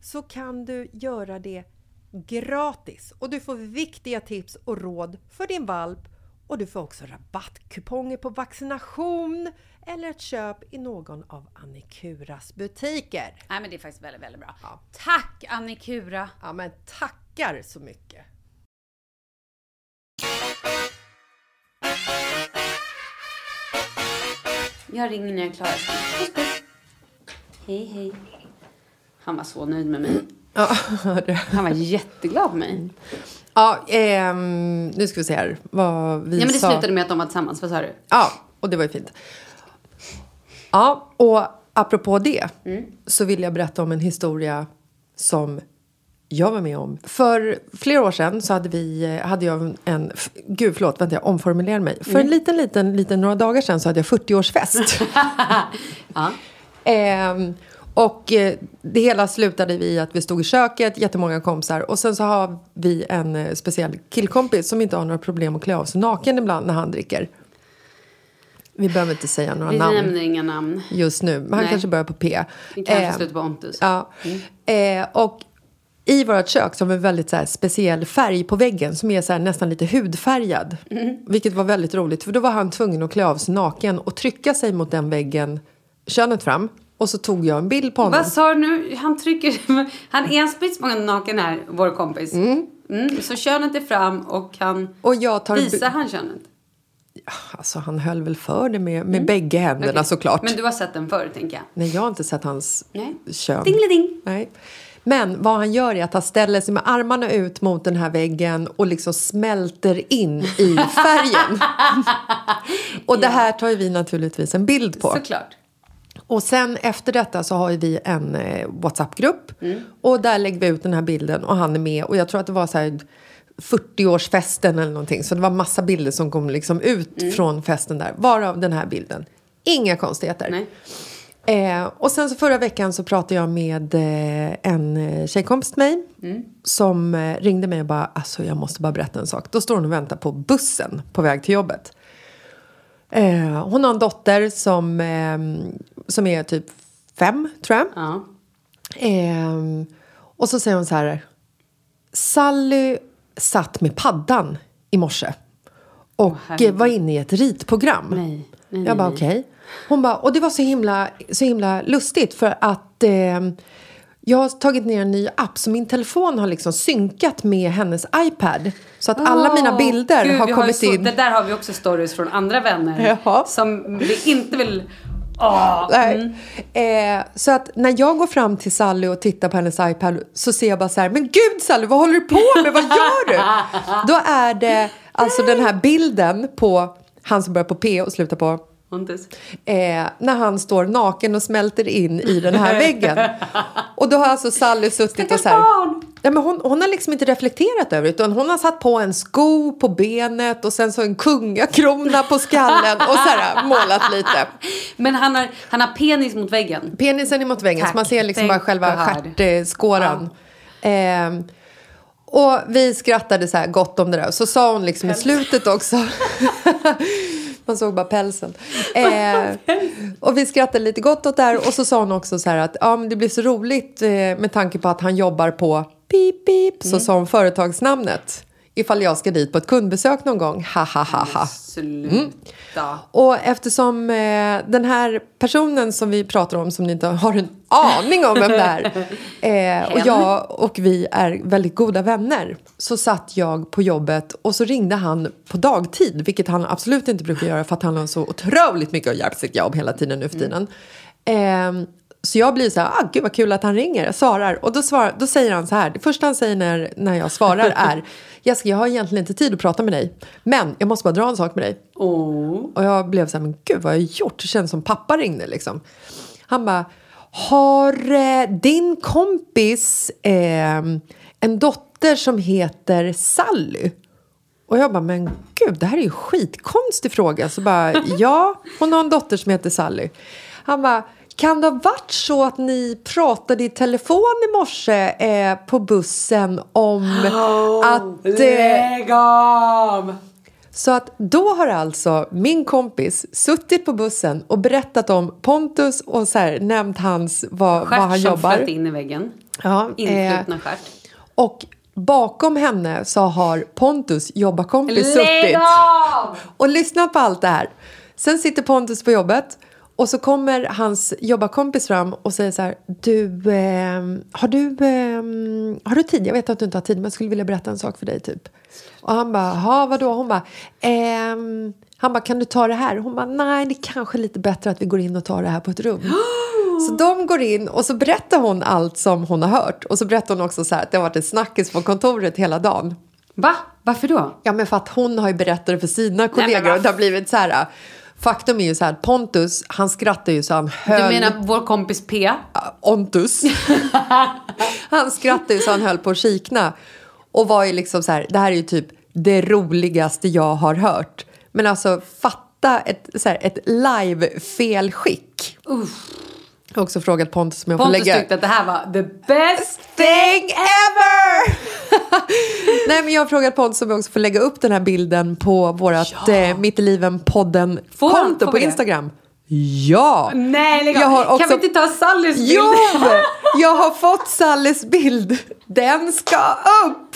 Speaker 5: så kan du göra det gratis. Och du får viktiga tips och råd för din valp Och du får också rabattkuponger på vaccination eller ett köp i någon av Annikuras butiker.
Speaker 4: Nej men det är faktiskt väldigt, väldigt bra. Tack Annikura!
Speaker 5: Ja men tackar så mycket!
Speaker 4: Jag ringer när jag är klar. Puss, puss. Hej, hej. Han var så nöjd med mig.
Speaker 5: Ja, hörde.
Speaker 4: Han var jätteglad på mig.
Speaker 5: ja ehm, nu ska vi se här vad vi
Speaker 4: Ja, men det
Speaker 5: sa.
Speaker 4: slutade med att de var tillsammans. Vad sa du?
Speaker 5: Ja, och det var ju fint. Ja, och apropå det
Speaker 4: Mm.
Speaker 5: så vill jag berätta om en historia som jag var med om. För flera år sedan så hade, vi, eh, hade jag en- en... f- Gud, förlåt, vänta, jag omformulerar mig. För
Speaker 4: Mm.
Speaker 5: en liten, liten, liten, några dagar sedan så hade jag 40-årsfest. Ehm, Och eh, det hela slutade i att vi stod i köket, jättemånga kompisar. Och sen så har vi en eh, speciell killkompis som inte har några problem att klä av sig naken ibland när han dricker. Vi behöver inte säga några
Speaker 4: Vi
Speaker 5: namn
Speaker 4: nämner inga namn.
Speaker 5: just nu. Men han
Speaker 4: Nej.
Speaker 5: kanske börjar på P.
Speaker 4: Det kanske
Speaker 5: Eh,
Speaker 4: slutar på Ontus.
Speaker 5: Ja.
Speaker 4: Mm.
Speaker 5: Eh, och i vårt kök så har vi en väldigt så här, speciell färg på väggen som är så här, nästan lite hudfärgad.
Speaker 4: Mm.
Speaker 5: Vilket var väldigt roligt för då var han tvungen att klä av sig naken och trycka sig mot den väggen könet fram. Och så tog jag en bild på honom.
Speaker 4: Vad sa du nu? Han trycker... Han är spritt språngande naken här, vår kompis. Mm. så könet är fram och han...
Speaker 5: Och jag tar en
Speaker 4: Visar
Speaker 5: bi-
Speaker 4: han könet?
Speaker 5: Alltså han höll väl för det med, med bägge händerna
Speaker 4: Mm. Okej.
Speaker 5: såklart.
Speaker 4: Men du har sett den förr, tänker jag.
Speaker 5: Nej, jag har inte sett hans
Speaker 4: Nej.
Speaker 5: kön.
Speaker 4: Dingeliding.
Speaker 5: Nej. Men vad han gör är att han ställer sig med armarna ut mot den här väggen och liksom smälter in i färgen. och det här tar ju vi naturligtvis en bild på.
Speaker 4: Såklart.
Speaker 5: Och sen efter detta så har ju vi en eh, WhatsApp-grupp och där lägger vi ut den här bilden och han är med och jag tror att det var så här 40-årsfesten eller någonting så det var massa bilder som kom liksom ut från festen där varav den här bilden. Inga konstigheter.
Speaker 4: Nej.
Speaker 5: Eh, och sen så förra veckan så pratade jag med eh, en eh, tjejkompis till mig som eh, ringde mig och bara alltså jag måste bara berätta en sak. Då står hon och väntar på bussen på väg till jobbet. Eh, hon har en dotter som, eh, som är typ fem tror jag.
Speaker 4: Ja.
Speaker 5: Ehm, och så säger hon så här. Sally satt med paddan i morse och eh, var inne i ett ritprogram.
Speaker 4: Nej, nej,
Speaker 5: jag bara
Speaker 4: nej,
Speaker 5: okej. Hon bara, och det var så himla, så himla lustigt för att ehm, jag har tagit ner en ny app så min telefon har liksom synkat med hennes iPad. Så att alla mina
Speaker 4: Åh,
Speaker 5: bilder
Speaker 4: gud,
Speaker 5: har
Speaker 4: vi ju
Speaker 5: kommit
Speaker 4: så-
Speaker 5: in.
Speaker 4: Det där har vi också stories från andra vänner.
Speaker 5: Jaha.
Speaker 4: Som vi inte vill... Åh.
Speaker 5: Nej. Eh, så att när jag går fram till Sally och tittar på hennes iPad så ser jag bara så här, men gud Sally, vad håller du på med? Vad gör du? Då är det alltså den här bilden på han som börjar på P och slutar på
Speaker 4: Pontus.
Speaker 5: Eh, när han står naken och smälter in i den här väggen. Och då har alltså Sally suttit och så här...
Speaker 4: barn!
Speaker 5: Ja, men hon, hon har liksom inte reflekterat över det utan hon har satt på en sko på benet och sen så en kungakrona på skallen och så här målat lite.
Speaker 4: Men han har, han har penis mot
Speaker 5: Mm.
Speaker 4: väggen.
Speaker 5: Penisen är mot väggen
Speaker 4: Tack.
Speaker 5: så man ser liksom
Speaker 4: Thank
Speaker 5: bara själva
Speaker 4: God.
Speaker 5: stjärtskåran. Ehm, och vi skrattade så här gott om det där. Så sa hon liksom i slutet också. Man såg bara pälsen. Ehm, och vi skrattade lite gott åt det här. Och så sa hon också så här att ja, men det blir så roligt eh, med tanke på att han jobbar på pip pip. Så
Speaker 4: Mm.
Speaker 5: sa hon företagsnamnet. Ifall jag ska dit på ett kundbesök någon gång. Ha ha ha ha.
Speaker 4: Sluta.
Speaker 5: Och eftersom eh, den här personen som vi pratar om som ni inte har en aning om vem det är eh, och
Speaker 4: Hen.
Speaker 5: jag och vi är väldigt goda vänner så satt jag på jobbet och så ringde han på dagtid vilket han absolut inte brukar göra för att han har så otroligt mycket att göra på sitt jobb hela tiden nu för tiden. Eh, så jag blir så här, ah, gud vad kul att han ringer. Jag svarar och då, svarar, då säger han så här, det första han säger när, när jag svarar är Jessica jag har egentligen inte tid att prata med dig men jag måste bara dra en sak med dig. Och jag blev så här, men gud vad har jag gjort? Det känns som pappa ringde liksom. Han bara, har eh, din kompis eh, en dotter som heter Sally? Och jag bara, men gud, det här är ju en skitkonstig fråga. Så bara, ja, hon har en dotter som heter Sally. Han bara, kan det ha varit så att ni pratade i telefon i morse eh, på bussen om att... eh, så att då har alltså min kompis suttit på bussen och berättat om Pontus och så här, nämnt hans, vad, vad
Speaker 4: Stjärt
Speaker 5: han
Speaker 4: som
Speaker 5: jobbar.
Speaker 4: flöt in i väggen.
Speaker 5: Ja,
Speaker 4: Influtna
Speaker 5: eh,
Speaker 4: stjärt.
Speaker 5: och bakom henne så har Pontus jobbarkompis
Speaker 4: Lägg
Speaker 5: suttit
Speaker 4: av!
Speaker 5: och lyssnat på allt det här. Sen sitter Pontus på jobbet och så kommer hans jobbarkompis fram och säger så här. Du, eh, har, du eh, har du tid? Jag vet att du inte har tid men jag skulle vilja berätta en sak för dig typ. Och han bara, jaha vadå? Hon bara, ehm, han bara, kan du ta det här? Hon bara, nej det är kanske är lite bättre att vi går in och tar det här på ett rum. Så de går in och så berättar hon allt som hon har hört. Och så berättar hon också så här att det har varit en snackis på kontoret hela dagen.
Speaker 4: Va? Varför då?
Speaker 5: Ja, men för att hon har ju berättat det för sina kollegor
Speaker 4: vad
Speaker 5: och det har blivit så här. äh, Faktum är ju så här, Pontus, han skrattar ju så han
Speaker 4: Du
Speaker 5: höll...
Speaker 4: menar vår kompis P?
Speaker 5: Ontus. han skrattade ju så han höll på att kikna. Och var ju liksom så här, det här är ju typ det roligaste jag har hört. Men alltså fatta ett, så här, ett live-felskick. Jag har också frågat Pontus om jag får
Speaker 4: Pontus
Speaker 5: lägga...
Speaker 4: tyckte att det här var the best
Speaker 5: thing ever! Nej men jag har frågat Pontus om jag också får lägga upp den här bilden på vårat eh, Mitt i liven-podden
Speaker 4: Får han?
Speaker 5: konto
Speaker 4: Får
Speaker 5: på
Speaker 4: vi det?
Speaker 5: Instagram. Ja!
Speaker 4: Nej, lägg av.
Speaker 5: Jag har
Speaker 4: Kan vi
Speaker 5: också-
Speaker 4: inte ta Sallys bild?
Speaker 5: Jo! Jag har fått Salles bild. Den ska upp!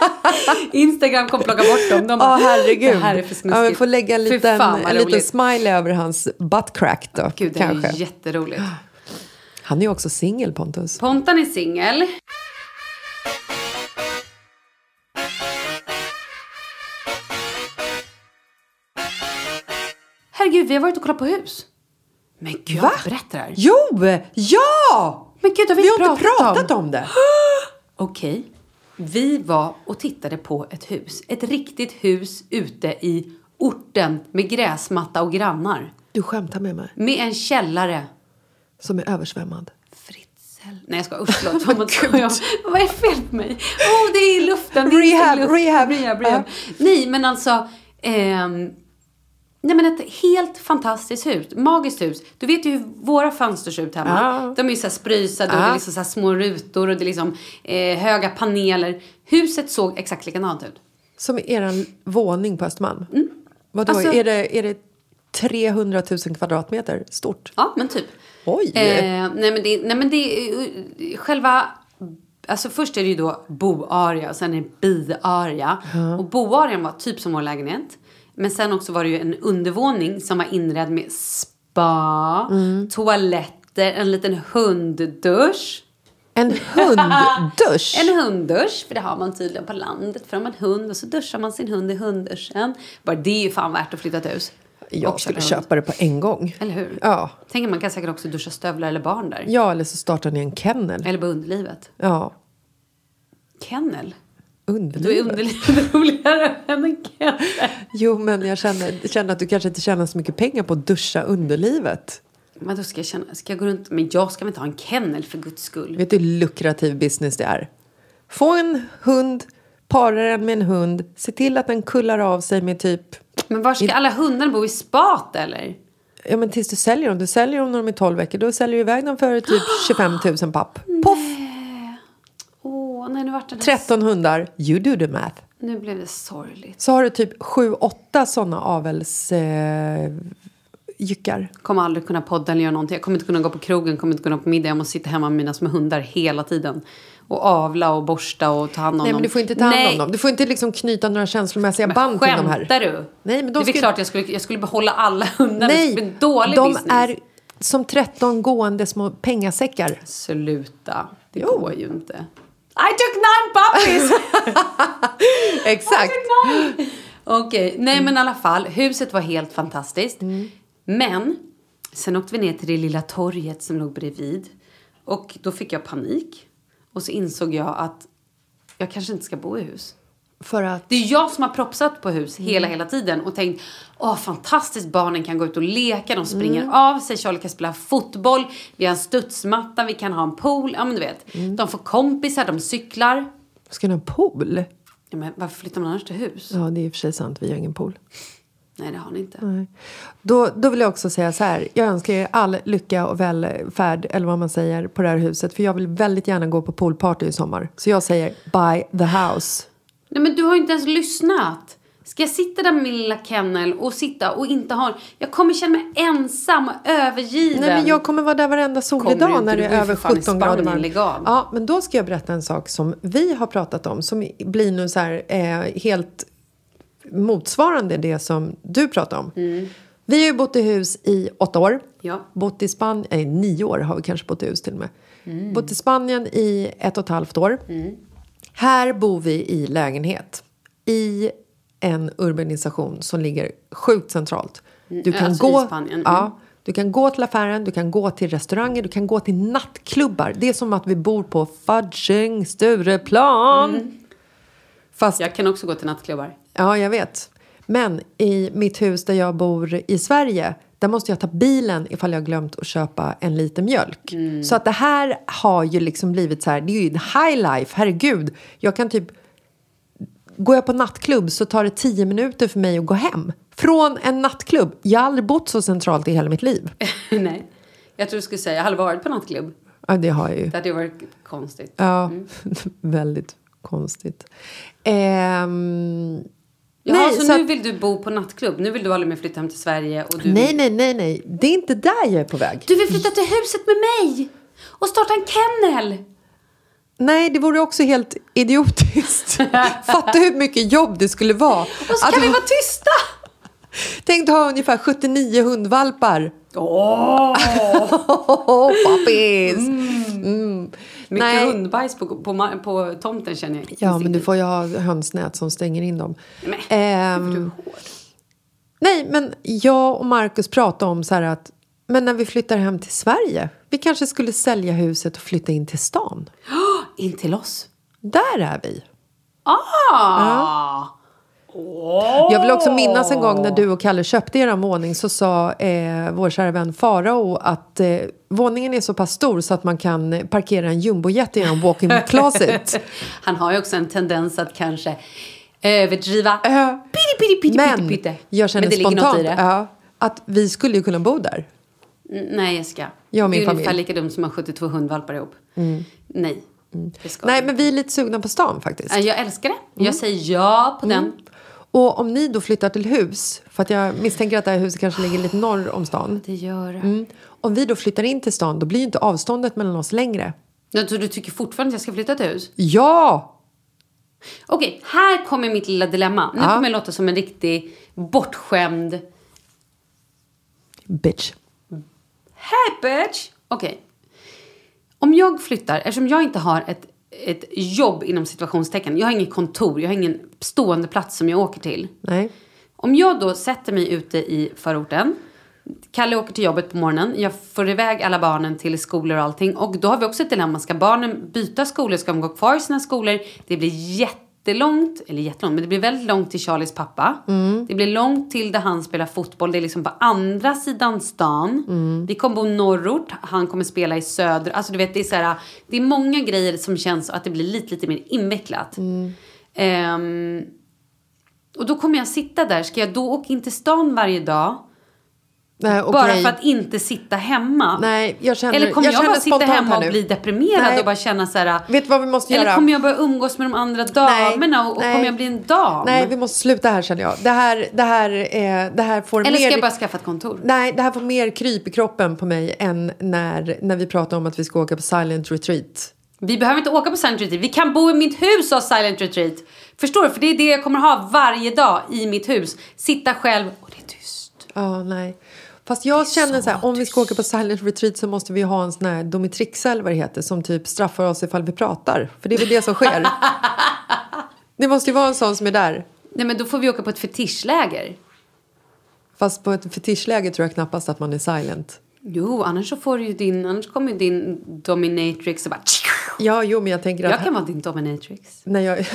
Speaker 4: Instagram kommer plocka bort dem. De
Speaker 5: Åh
Speaker 4: bara,
Speaker 5: herregud.
Speaker 4: Det här är för snuskigt.
Speaker 5: Ja, men får lägga en
Speaker 4: Fy
Speaker 5: liten,
Speaker 4: fan, vad
Speaker 5: en liten
Speaker 4: roligt.
Speaker 5: smiley över hans butt crack då.
Speaker 4: Gud, det
Speaker 5: kanske.
Speaker 4: är jätteroligt.
Speaker 5: Han är ju också singel Pontus.
Speaker 4: Pontan är singel. Herregud, vi har varit och kollat på hus. Men gud, jag har inte berättat det här.
Speaker 5: Jo! Ja!
Speaker 4: Men gud, har vi,
Speaker 5: Vi har inte pratat
Speaker 4: om?
Speaker 5: om det.
Speaker 4: Okej. Vi var och tittade på ett hus. Ett riktigt hus ute i orten med gräsmatta och grannar.
Speaker 5: Du skämtar med mig.
Speaker 4: Med en källare.
Speaker 5: Som är översvämmad.
Speaker 4: Fritzel. Nej jag skojar, usch förlåt. Vad man skojar. Vad är fel på mig? Åh det är i luften. Det är
Speaker 5: Rehab,
Speaker 4: inte i
Speaker 5: rehab.
Speaker 4: luften. rehab, rehab. Nej men alltså. ehm, nej men ett helt fantastiskt hus. Magiskt hus. Du vet ju hur våra fönster ser ut hemma. De är ju såhär spröjsade och det är liksom så här små rutor och det är liksom eh, höga paneler. Huset såg exakt likadant ut.
Speaker 5: Som er våning på Östermalm. Vadå,
Speaker 4: Alltså-
Speaker 5: är, det, är det 300 000 kvadratmeter stort?
Speaker 4: Ja, men typ.
Speaker 5: Oj.
Speaker 4: Eh, nej, men det, nej, men det är själva... Alltså först är det ju då boaria och sen är det biaria. Och boarian var typ som vår lägenhet. Men sen också var det ju en undervåning som var inredd med spa,
Speaker 5: Mm.
Speaker 4: toaletter, en liten hunddusch.
Speaker 5: En hunddusch?
Speaker 4: En hunddusch, för det har man tydligen på landet. För om man har en hund och så duschar man sin hund i hundduschen. Bara det är ju fan värt att flytta till hus.
Speaker 5: Jag
Speaker 4: Och
Speaker 5: skulle
Speaker 4: hund.
Speaker 5: köpa det på en gång.
Speaker 4: Eller hur?
Speaker 5: Ja.
Speaker 4: Tänk att man kan säkert också duscha stövlar eller barn där.
Speaker 5: Ja, eller så startar ni en kennel.
Speaker 4: Eller bara underlivet.
Speaker 5: Ja,
Speaker 4: Kennel? Då är
Speaker 5: underlivet.
Speaker 4: underlivet roligare än en kennel.
Speaker 5: Jo, men jag känner, känner att du kanske inte tjänar så mycket pengar på att duscha underlivet.
Speaker 4: Men då ska jag känna, ska jag gå runt? Men jag ska väl inte ha en kennel för guds skull?
Speaker 5: Vet du hur lukrativ business det är? Få en hund, para den med en hund, se till att den kullar av sig med typ...
Speaker 4: Men var ska alla hundar bo? I spat eller?
Speaker 5: Ja, men tills du säljer dem. Du säljer dem när de är 12 veckor. Då säljer du iväg dem för typ 25 000 papp. Poff!
Speaker 4: Åh, nej nu vart det...
Speaker 5: 13 hundar. You do the math.
Speaker 4: Nu blev det sorgligt.
Speaker 5: Så har du typ 7-8 sådana avels... Eh, jyckar.
Speaker 4: Kommer aldrig kunna podda eller göra någonting. Jag kommer inte kunna gå på krogen, kommer inte kunna gå på middag. Jag måste sitta hemma med mina små hundar hela tiden. Och avla och borsta och ta hand om dem.
Speaker 5: Nej, men du får inte ta hand
Speaker 4: Nej,
Speaker 5: om dem. Du får inte liksom knyta några känslomässiga band till de här.
Speaker 4: Skämtar du?
Speaker 5: Nej, men de
Speaker 4: det är väl
Speaker 5: ska-
Speaker 4: klart jag skulle, jag skulle behålla alla hundarna. det skulle bli
Speaker 5: Nej,
Speaker 4: en dålig
Speaker 5: de
Speaker 4: business.
Speaker 5: är som 13 gående små pengasäckar.
Speaker 4: Sluta. Det går ju inte. I took nine puppies!
Speaker 5: Exakt.
Speaker 4: Okej, nej men i alla fall. Huset var helt fantastiskt. Men sen åkte vi ner till det lilla torget som låg bredvid. Och då fick jag panik. Och så insåg jag att jag kanske inte ska bo i hus.
Speaker 5: För att...
Speaker 4: Det är jag som har propsat på hus hela,
Speaker 5: Mm.
Speaker 4: hela tiden och tänkt åh fantastiskt barnen kan gå ut och leka, de springer
Speaker 5: Mm.
Speaker 4: av sig, Charlie kan spela fotboll, vi har en studsmatta, vi kan ha en pool, ja men du vet.
Speaker 5: Mm.
Speaker 4: De får kompisar, de cyklar.
Speaker 5: Ska ni ha pool?
Speaker 4: Ja, men varför flyttar man annars till hus?
Speaker 5: Ja, det är i och för sig sant. Vi har ingen pool.
Speaker 4: Nej det har ni inte.
Speaker 5: Nej. Då, då vill jag också säga så här. Jag önskar er all lycka och välfärd eller vad man säger på det här huset. För jag vill väldigt gärna gå på poolparty i sommar. Så jag säger buy the house.
Speaker 4: Nej men du har ju inte ens lyssnat. Ska jag sitta där med min lilla kennel och sitta och inte ha... Jag kommer känna mig ensam och övergiven.
Speaker 5: Nej, men jag kommer vara där varenda
Speaker 4: Kommer
Speaker 5: solig
Speaker 4: du
Speaker 5: dag
Speaker 4: inte,
Speaker 5: när
Speaker 4: du
Speaker 5: det
Speaker 4: bor ju
Speaker 5: är över
Speaker 4: för fan i
Speaker 5: 17 grader
Speaker 4: Spanien
Speaker 5: varmt.
Speaker 4: legal.
Speaker 5: Ja, men då ska jag berätta en sak som vi har pratat om som blir nu så här eh, helt motsvarande det som du pratar om. Vi har ju bott i hus i åtta år.
Speaker 4: Mm. Ja.
Speaker 5: Bott i Spanien, nej nio år har vi kanske bott i hus till och med.
Speaker 4: Mm.
Speaker 5: Bott i Spanien i ett och ett halvt år. Här bor vi i lägenhet. I en urbanisation som ligger sjukt centralt. Du kan,
Speaker 4: alltså i
Speaker 5: gå,
Speaker 4: Spanien.
Speaker 5: ja, du kan gå till affären, du kan gå till restauranger, du kan gå till nattklubbar. Det är som att vi bor på fudging Stureplan. Fast,
Speaker 4: Mm. Jag kan också gå till nattklubbar.
Speaker 5: ja jag vet. Men i mitt hus där jag bor i Sverige där måste jag ta bilen ifall jag glömt att köpa en liter mjölk.
Speaker 4: Mm.
Speaker 5: Så att det här har ju liksom blivit så här, det är ju en high life, herregud. Jag kan typ Går jag på nattklubb så tar det tio minuter för mig att gå hem. Från en nattklubb. Jag har aldrig bott så centralt i hela mitt liv.
Speaker 4: Nej. Jag tror du skulle säga, jag har aldrig varit på nattklubb.
Speaker 5: Ja, det har jag ju.
Speaker 4: Det hade ju varit konstigt.
Speaker 5: Ja, väldigt konstigt. Ehm,
Speaker 4: Jaha,
Speaker 5: nej,
Speaker 4: så,
Speaker 5: så
Speaker 4: alltså, nu
Speaker 5: att-
Speaker 4: vill du bo på nattklubb? Nu vill du aldrig mer flytta hem till Sverige? Och du
Speaker 5: nej, nej, nej, nej. Det är inte där jag är på väg.
Speaker 4: Du vill flytta till huset med mig! Och starta en kennel!
Speaker 5: Nej, det vore också helt idiotiskt. Fatta hur mycket jobb det skulle vara.
Speaker 4: Och så
Speaker 5: Att
Speaker 4: kan vi
Speaker 5: ha-
Speaker 4: vara tysta!
Speaker 5: Tänk att ha ungefär 79 hundvalpar.
Speaker 4: Åh! Mm,
Speaker 5: Åh, pappis!
Speaker 4: Mycket
Speaker 5: Nej.
Speaker 4: hundbajs på, på, ma- på tomten känner jag.
Speaker 5: Ja, men du får ju ha hönsnät som stänger in dem.
Speaker 4: Nej,
Speaker 5: Ehm, nej, men jag och Markus pratade om så här att men när vi flyttar hem till Sverige, vi kanske skulle sälja huset och flytta in till stan.
Speaker 4: In till oss.
Speaker 5: Där är vi.
Speaker 4: Ah!
Speaker 5: Jag vill också minnas en gång när du och Kalle köpte er våning så sa eh, vår kära vän Farao att eh, våningen är så pass stor så att man kan parkera en jumbojet i en walk-in closet.
Speaker 4: Han har ju också en tendens att kanske eh, överdriva.
Speaker 5: Ja.
Speaker 4: Pitti, pitti, pitti,
Speaker 5: Äh, Men
Speaker 4: pitti, pitti.
Speaker 5: jag känner
Speaker 4: men det ligger något
Speaker 5: spontant
Speaker 4: i det.
Speaker 5: ja, att vi skulle ju kunna bo där.
Speaker 4: Mm, Nej, Jessica.
Speaker 5: Jag och min
Speaker 4: det är ungefär
Speaker 5: familj. Mm.
Speaker 4: lika dumt som att ha 72 hundvalpar ihop. Nej. Det ska
Speaker 5: Nej,
Speaker 4: vi
Speaker 5: men Mm. vi är lite sugna på stan faktiskt.
Speaker 4: inte. Jag älskar det. Jag säger ja på
Speaker 5: Mm.
Speaker 4: den.
Speaker 5: Och om ni då flyttar till hus, för att jag misstänker att det här huset kanske ligger lite norr om stan. Mm.
Speaker 4: Det gör det.
Speaker 5: Om vi då flyttar in till stan, då blir ju inte avståndet mellan oss längre.
Speaker 4: Ja, Så du tycker fortfarande att jag ska flytta till hus?
Speaker 5: Ja!
Speaker 4: Okej, här kommer mitt lilla dilemma. Nu
Speaker 5: Ja.
Speaker 4: kommer jag låta som en riktig bortskämd...
Speaker 5: Bitch.
Speaker 4: Hey bitch! Okej. Om jag flyttar, eftersom jag inte har ett, ett jobb inom situationstecken. Jag har inget kontor, jag har ingen stående plats som jag åker till.
Speaker 5: Nej.
Speaker 4: Om jag då sätter mig ute i förorten. Kalle åker till jobbet på morgonen. Jag får iväg alla barnen till skolor och allting. Och då har vi också ett dilemma. Ska barnen byta skolor? Ska de gå kvar i sina skolor? Det blir jättelångt, eller jättelångt, men det blir väldigt långt till Charlies pappa. Det blir långt till där han spelar fotboll. Det är liksom på andra sidan stan. Vi kommer bo norrort. Han kommer spela i söder. Alltså du vet, det är så här. Det är många grejer som känns att det blir lite, lite mer invecklat. Ehm, och då kommer jag sitta där. Ska jag då åka in till stan varje dag?
Speaker 5: Nej, okej.
Speaker 4: Bara för att inte sitta hemma?
Speaker 5: Nej, jag känner-
Speaker 4: Eller kommer
Speaker 5: jag
Speaker 4: jag,
Speaker 5: känner
Speaker 4: bara sitta
Speaker 5: spontant här
Speaker 4: hemma och
Speaker 5: nu.
Speaker 4: bli deprimerad
Speaker 5: Nej.
Speaker 4: och bara känna så här...
Speaker 5: Vet du vad vi måste
Speaker 4: eller
Speaker 5: göra?
Speaker 4: kommer jag börja umgås med de andra
Speaker 5: Nej,
Speaker 4: damerna och, och
Speaker 5: nej.
Speaker 4: kommer jag bli en dam?
Speaker 5: Nej, vi måste sluta här känner jag. Det här, det här, eh, det här får
Speaker 4: Eller
Speaker 5: mer...
Speaker 4: ska jag bara skaffa ett kontor?
Speaker 5: Nej, det här får mer kryp i kroppen på mig än när, när vi pratar om att vi ska åka på silent retreat.
Speaker 4: Vi behöver inte åka på Silent Retreat. Vi kan bo i mitt hus och Silent Retreat. Förstår du? För det är det jag kommer ha varje dag i mitt hus. Sitta själv och det är tyst.
Speaker 5: Ja, nej. Fast jag känner så här, om vi ska åka på silent retreat så måste vi ha en sån här domitrixa eller vad det heter som typ straffar oss ifall vi pratar. För det är väl det som sker. det måste ju vara en sån som är där.
Speaker 4: Nej men då får vi åka på ett fetischläger.
Speaker 5: Fast på ett fetischläge tror jag knappast att man är silent.
Speaker 4: Jo, annars så får du ju din... Annars kommer ju din dominatrix och bara...
Speaker 5: Ja, jo, men jag tänker att...
Speaker 4: Jag kan vara din dominatrix.
Speaker 5: Nej, jag...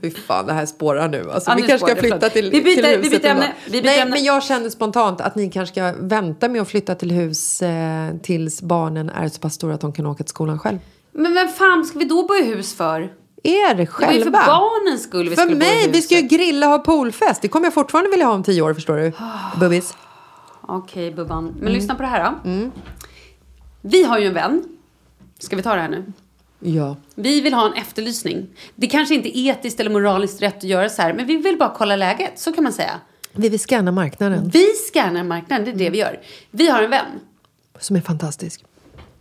Speaker 5: Fy fan, det här spårar nu. Alltså,
Speaker 4: Ja,
Speaker 5: vi
Speaker 4: nu
Speaker 5: kanske ska
Speaker 4: spårar det,
Speaker 5: flytta
Speaker 4: förlåt.
Speaker 5: till,
Speaker 4: Vi byter-
Speaker 5: till
Speaker 4: vi
Speaker 5: huset
Speaker 4: byter
Speaker 5: ändå.
Speaker 4: ämne, vi byter
Speaker 5: Nej,
Speaker 4: ämne.
Speaker 5: men jag känner spontant att ni kanske ska vänta med att flytta till hus eh, tills barnen är så pass stora att de kan åka till skolan själv.
Speaker 4: Men vem fan ska vi då bo i hus för?
Speaker 5: Er
Speaker 4: Det var
Speaker 5: själva.
Speaker 4: ju för barnens skull vi
Speaker 5: För
Speaker 4: skulle bo i
Speaker 5: mig,
Speaker 4: hus.
Speaker 5: vi ska ju grilla och ha poolfest. Det kommer jag fortfarande vilja ha om tio år, förstår du.
Speaker 4: Ah.
Speaker 5: Bubbis.
Speaker 4: Okej, Bubban. Men
Speaker 5: Mm.
Speaker 4: lyssna på det här då. Vi har ju en vän. Ska vi ta det här nu?
Speaker 5: Ja.
Speaker 4: Vi vill ha en efterlysning. Det kanske inte är etiskt eller moraliskt rätt att göra så här, men vi vill bara kolla läget. Så kan man säga.
Speaker 5: Vi vill scanna marknaden,
Speaker 4: Vi scannar marknaden, det är det
Speaker 5: Mm.
Speaker 4: vi gör. Vi har en vän.
Speaker 5: som är fantastisk.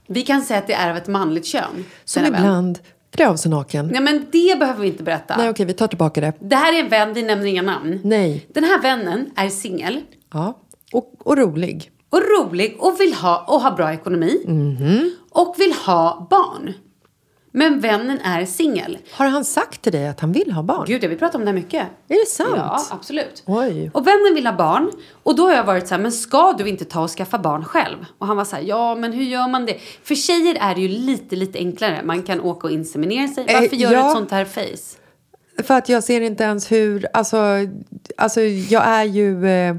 Speaker 4: Vi kan säga att det är av ett manligt kön.
Speaker 5: Som
Speaker 4: denna vän.
Speaker 5: ibland klär av sig naken.
Speaker 4: Nej, men det behöver vi inte berätta.
Speaker 5: Nej, okej, vi tar tillbaka det.
Speaker 4: Det här är en vän, vi nämner inga namn.
Speaker 5: Nej.
Speaker 4: Den här vännen är singel
Speaker 5: Ja. Och, och rolig.
Speaker 4: och rolig och vill ha och har bra ekonomi.
Speaker 5: Mhm.
Speaker 4: Och vill ha barn. Men vännen är singel.
Speaker 5: Har han sagt till dig att han vill ha barn?
Speaker 4: Gud, ja, vi pratar om det här mycket.
Speaker 5: Är det sant?
Speaker 4: Ja, absolut.
Speaker 5: Oj.
Speaker 4: Och vännen vill ha barn. Och då har jag varit så här, men ska du inte ta och skaffa barn själv? Och han var så här, ja men hur gör man det? För tjejer är det ju lite, lite enklare. Man kan åka och inseminera sig.
Speaker 5: Eh,
Speaker 4: Varför gör du
Speaker 5: ja.
Speaker 4: ett sånt här face?
Speaker 5: För att jag ser inte ens hur... Alltså, alltså jag är ju... Eh,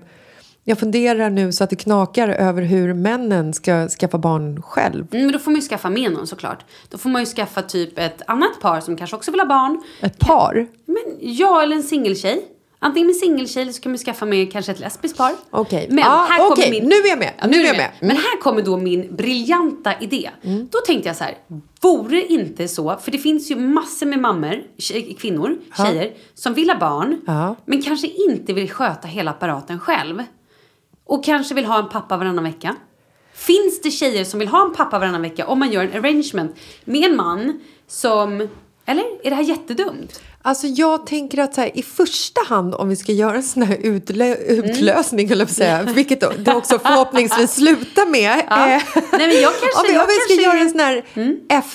Speaker 5: jag funderar nu så att det knakar över hur männen ska skaffa barn själv.
Speaker 4: Mm, Men då får man ju skaffa med någon såklart. Då får man ju skaffa typ ett annat par som kanske också vill ha barn.
Speaker 5: Ett par.
Speaker 4: Men jag eller en singeltjej. Antingen med singeltjej eller så kan man skaffa med kanske ett lesbiskt par.
Speaker 5: Okej.
Speaker 4: Men
Speaker 5: Ja,
Speaker 4: här kommer
Speaker 5: okej.
Speaker 4: min...
Speaker 5: Nu är jag med.
Speaker 4: Ja,
Speaker 5: Nu är
Speaker 4: du
Speaker 5: jag med. Mm.
Speaker 4: Men här kommer då min briljanta idé. Då tänkte jag så här, vore det inte så, för det finns ju massor med mammor, tjej, kvinnor, tjejer som vill ha barn
Speaker 5: Ja.
Speaker 4: men kanske inte vill sköta hela apparaten själv. Och kanske vill ha en pappa varannan vecka. Finns det tjejer som vill ha en pappa varannan vecka om man gör en arrangement med en man som... Eller? Är det här jättedumt?
Speaker 5: Alltså jag tänker att så här, i första hand om vi ska göra en sån här utlö-
Speaker 4: Mm.
Speaker 5: utlösning, höll jag på att säga, vilket då, det också förhoppningsvis slutar med.
Speaker 4: Ja.
Speaker 5: eh,
Speaker 4: Nej, men jag kanske-
Speaker 5: om vi, om
Speaker 4: jag
Speaker 5: vi ska
Speaker 4: kanske- Mm.
Speaker 5: göra en sån här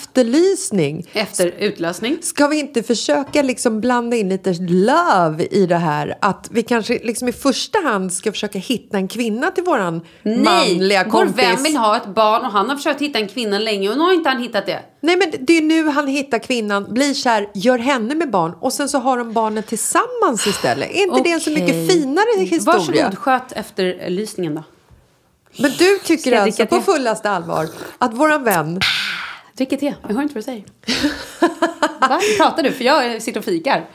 Speaker 5: efterlysning,
Speaker 4: Efter utlösning?
Speaker 5: ska vi inte försöka liksom blanda in lite love i det här? Att vi kanske liksom i första hand ska försöka hitta en kvinna till våran manliga
Speaker 4: vår
Speaker 5: kompis.
Speaker 4: vän vill ha ett barn och han har försökt hitta en kvinna länge och nu har inte han hittat det.
Speaker 5: Nej men det är nu han hittar kvinnan, blir kär, gör henne med barn och sen så har de barnen tillsammans istället. Är inte det en så
Speaker 4: Okej.
Speaker 5: mycket finare historia?
Speaker 4: Varsågod, sköt efterlysningen då.
Speaker 5: Men du
Speaker 4: Ska
Speaker 5: tycker
Speaker 4: jag
Speaker 5: alltså
Speaker 4: dricka
Speaker 5: på
Speaker 4: te?
Speaker 5: fullaste allvar att våran vän...
Speaker 4: Dricker te. Jag hör inte vad du säger. Va? Pratar du? För jag sitter och fikar.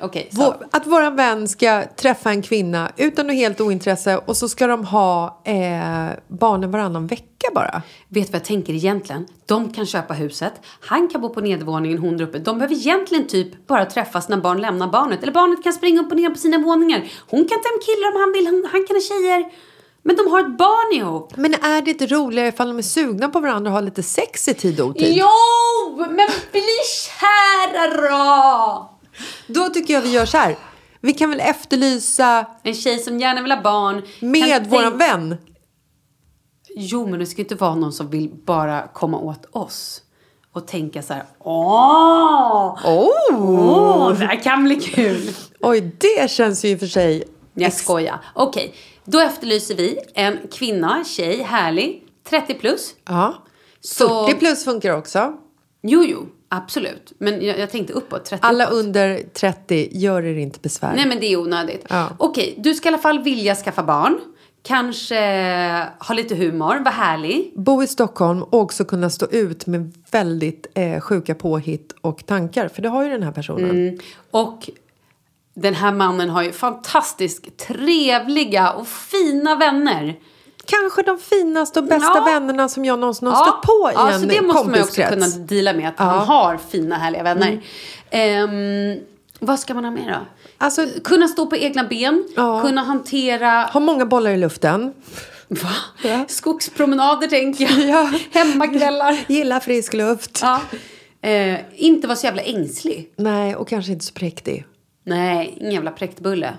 Speaker 4: Okej, Sara.
Speaker 5: Vå, att våran vän ska träffa en kvinna utan något helt ointresse och så ska de ha eh, barnen varannan vecka bara.
Speaker 4: Vet du vad jag tänker egentligen? De kan köpa huset, han kan bo på nedervåningen, hon där uppe. De behöver egentligen typ bara träffas när barn lämnar barnet. Eller barnet kan springa upp och ner på sina våningar. Hon kan ta hem killar om han vill, han, han kan ha tjejer. Men de har ett barn ihop.
Speaker 5: Men är det inte roligare ifall de är sugna på varandra och har lite sex i tid och otid?
Speaker 4: Jo, men bli kära då!
Speaker 5: Då tycker jag vi gör så här. Vi kan väl efterlysa
Speaker 4: En tjej som gärna vill ha barn.
Speaker 5: med
Speaker 4: kan
Speaker 5: våran
Speaker 4: tänk-
Speaker 5: vän.
Speaker 4: Jo, men det ska ju inte vara någon som vill bara komma åt oss. Och tänka så här, åh,
Speaker 5: Oh.
Speaker 4: åh, det här kan bli kul.
Speaker 5: Oj, det känns ju i och för sig...
Speaker 4: Jag skojar. Okej, då efterlyser vi en kvinna, tjej, härlig, 30 plus.
Speaker 5: Ja.
Speaker 4: Så-
Speaker 5: 40 plus funkar också.
Speaker 4: Jo, jo, absolut. Men jag, jag tänkte uppåt, 30
Speaker 5: Alla
Speaker 4: uppåt.
Speaker 5: under 30, gör er inte besvär.
Speaker 4: Nej, men det är onödigt.
Speaker 5: Ja.
Speaker 4: Okej, du ska i alla fall vilja skaffa barn. Kanske eh, ha lite humor, vara härlig.
Speaker 5: Bo i Stockholm och också kunna stå ut med väldigt eh, sjuka påhitt och tankar. För det har ju den här personen.
Speaker 4: Mm. Och den här mannen har ju fantastiskt trevliga och fina vänner.
Speaker 5: Kanske de finaste och bästa
Speaker 4: Ja.
Speaker 5: vännerna som jag någonsin har stött på i
Speaker 4: ja,
Speaker 5: en
Speaker 4: så det måste man ju också
Speaker 5: kompiskrets. Mm.
Speaker 4: kunna deala med, att han har fina, härliga vänner. Ehm, vad ska man ha med då?
Speaker 5: Alltså,
Speaker 4: Kunna stå på egna ben,
Speaker 5: Ja.
Speaker 4: kunna hantera
Speaker 5: ha många bollar i luften.
Speaker 4: va?
Speaker 5: Ja.
Speaker 4: skogspromenader, tänker jag.
Speaker 5: Ja.
Speaker 4: Hemmakvällar.
Speaker 5: Gilla frisk luft.
Speaker 4: Ja. Eh, inte vara så jävla ängslig.
Speaker 5: Nej, och kanske inte så präktig.
Speaker 4: Nej, ingen jävla präktbulle.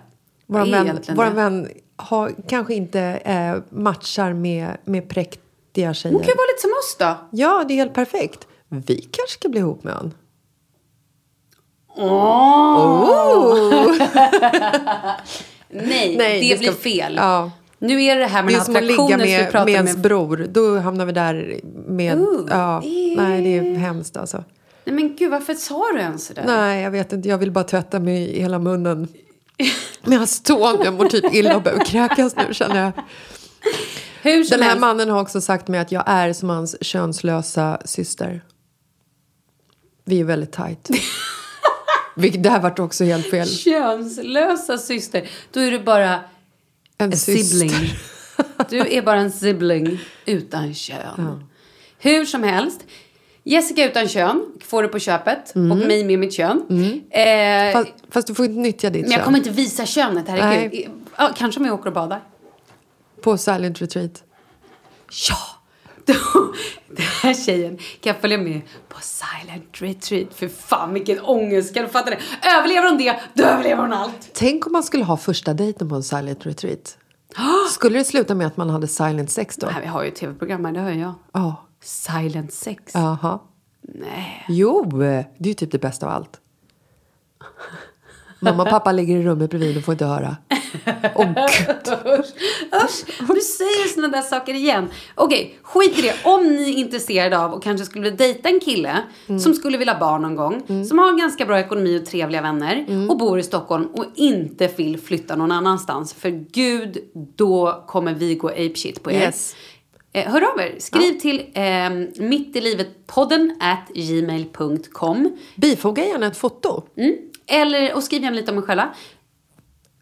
Speaker 5: Vår
Speaker 4: Det är
Speaker 5: vän,
Speaker 4: egentligen
Speaker 5: vår
Speaker 4: det.
Speaker 5: vän har, kanske inte eh, matchar med, med präktiga tjejer.
Speaker 4: Hon kan ju vara lite som oss då.
Speaker 5: Ja, det är helt perfekt. Vi kanske ska bli ihop med honom. Nej,
Speaker 4: Nej, det,
Speaker 5: det
Speaker 4: blir
Speaker 5: ska-
Speaker 4: fel.
Speaker 5: ja.
Speaker 4: Nu är det här med
Speaker 5: Det
Speaker 4: den
Speaker 5: är
Speaker 4: här
Speaker 5: som att ligga
Speaker 4: attraktionen som
Speaker 5: med,
Speaker 4: vi
Speaker 5: med
Speaker 4: pratade
Speaker 5: ens
Speaker 4: med.
Speaker 5: bror. Då hamnar vi där med... ja. Nej, det
Speaker 4: eh.
Speaker 5: är hemskt alltså.
Speaker 4: Nej men gud, varför sa du ens det?
Speaker 5: Nej, jag vet inte. Jag vill bara tvätta mig i hela munnen. Men jag står nu. Jag mår typ illa och behöver kräkas nu känner jag.
Speaker 4: Hur som
Speaker 5: Den här
Speaker 4: helst.
Speaker 5: mannen har också sagt mig att jag är som hans könslösa syster. Vi är väldigt tajt. Vilket, det här vart också helt fel.
Speaker 4: Könslösa syster. Då är du bara
Speaker 5: En
Speaker 4: en
Speaker 5: syster.
Speaker 4: sibling. Du är bara en sibling utan kön. Hur som helst. Jessica utan kön får du på köpet. Och mig med mitt kön. Eh,
Speaker 5: Fast, fast du får inte nyttja ditt
Speaker 4: men jag
Speaker 5: kön
Speaker 4: kommer inte visa könet, herregud.
Speaker 5: Nej.
Speaker 4: Ja, kanske om jag åker och badar.
Speaker 5: på silent retreat.
Speaker 4: Ja! Den här tjejen kan följa med på silent retreat. För fan vilken ångest, kan du fatta det? Överlever hon det, då överlever hon allt.
Speaker 5: Tänk om man skulle ha första dejten på en silent retreat. Skulle det sluta med att man hade silent sex då?
Speaker 4: Nej, vi har ju tv-program här, det hör jag.
Speaker 5: Ja.
Speaker 4: Silent sex.
Speaker 5: Jaha.
Speaker 4: Nej.
Speaker 5: Jo, det är ju typ det bästa av allt. Mamma och pappa ligger i rummet bredvid och får inte höra.
Speaker 4: Usch, usch, nu säger du såna där saker igen. Okej, skit i det. Om ni är intresserade av och kanske skulle vilja dejta en kille som skulle vilja ha barn någon gång, som har ganska bra ekonomi och trevliga vänner och bor i Stockholm och inte vill flytta någon annanstans. För gud, då kommer vi gå apeshit på er.
Speaker 5: Yes.
Speaker 4: Eh, Hör av er. Skriv till eh, mittilivetpodden at gmail.com.
Speaker 5: Bifoga gärna ett foto.
Speaker 4: Mm. Eller, och skriv gärna lite om er själva.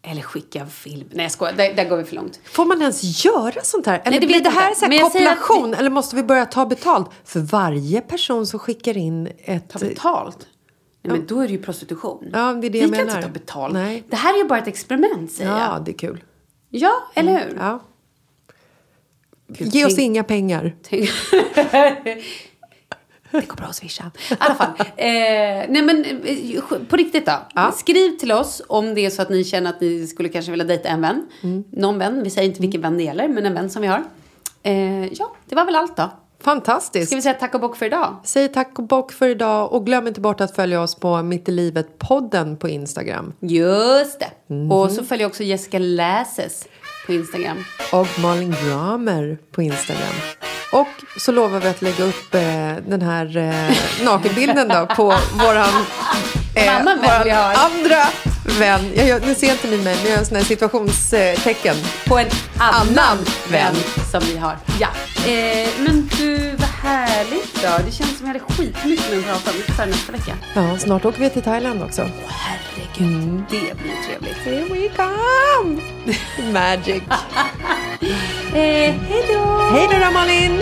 Speaker 4: Eller skicka en film. Nej jag skojar, där, där går vi för långt.
Speaker 5: Får man ens göra sånt här? Eller
Speaker 4: Nej, det
Speaker 5: blir
Speaker 4: vet
Speaker 5: det
Speaker 4: jag
Speaker 5: här
Speaker 4: inte.
Speaker 5: så
Speaker 4: Men
Speaker 5: här
Speaker 4: jag säger att
Speaker 5: kopplation? Eller måste vi börja ta betalt för varje person som skickar in ett...
Speaker 4: Ta betalt? Typ. Nej men då är det ju prostitution.
Speaker 5: Ja, det är det
Speaker 4: vi
Speaker 5: jag
Speaker 4: kan
Speaker 5: menar.
Speaker 4: inte ta betalt.
Speaker 5: Nej.
Speaker 4: Det här är ju bara ett experiment säger
Speaker 5: Ja,
Speaker 4: jag.
Speaker 5: det är kul.
Speaker 4: Ja, eller hur?
Speaker 5: Ja. Ge oss
Speaker 4: tänk-
Speaker 5: inga pengar.
Speaker 4: Tänk- Det går bra att swisha. I alla fall. Eh, nej men eh, på riktigt då. Skriv till oss om det är så att ni känner att ni skulle kanske vilja dejta en vän.
Speaker 5: Mm.
Speaker 4: Någon vän. Vi säger inte vilken vän det gäller, men en vän som vi har. Eh, ja, det var väl allt då.
Speaker 5: Fantastiskt.
Speaker 4: Ska vi säga tack och bock för idag?
Speaker 5: Säg tack och bock för idag och glöm inte bort att följa oss på Mitt i livet-podden på Instagram.
Speaker 4: Just det.
Speaker 5: Mm-hmm.
Speaker 4: Och så följer jag också Jessica Läses på Instagram.
Speaker 5: Och Malin Gramer på Instagram. Och så lovar vi att lägga upp eh, den här eh, nakenbilden då på våran, eh,
Speaker 4: Mamma vän vi har.
Speaker 5: andra vän. Jag, gör- nu ser inte ni mig, men jag gör en sån här situationstecken.
Speaker 4: På en annan,
Speaker 5: Annan
Speaker 4: vän
Speaker 5: vän.
Speaker 4: som vi har. Ja. Eh, men du, vad härligt då. Det känns som jag hade skitmycket med att prata om. Vi får ta det nästa vecka.
Speaker 5: Ja, snart åker vi till Thailand också. Mm.
Speaker 4: Herregud, det blir trevligt.
Speaker 5: Here we come! Magic.
Speaker 4: Eh, hej då!
Speaker 5: Hej då då Malin!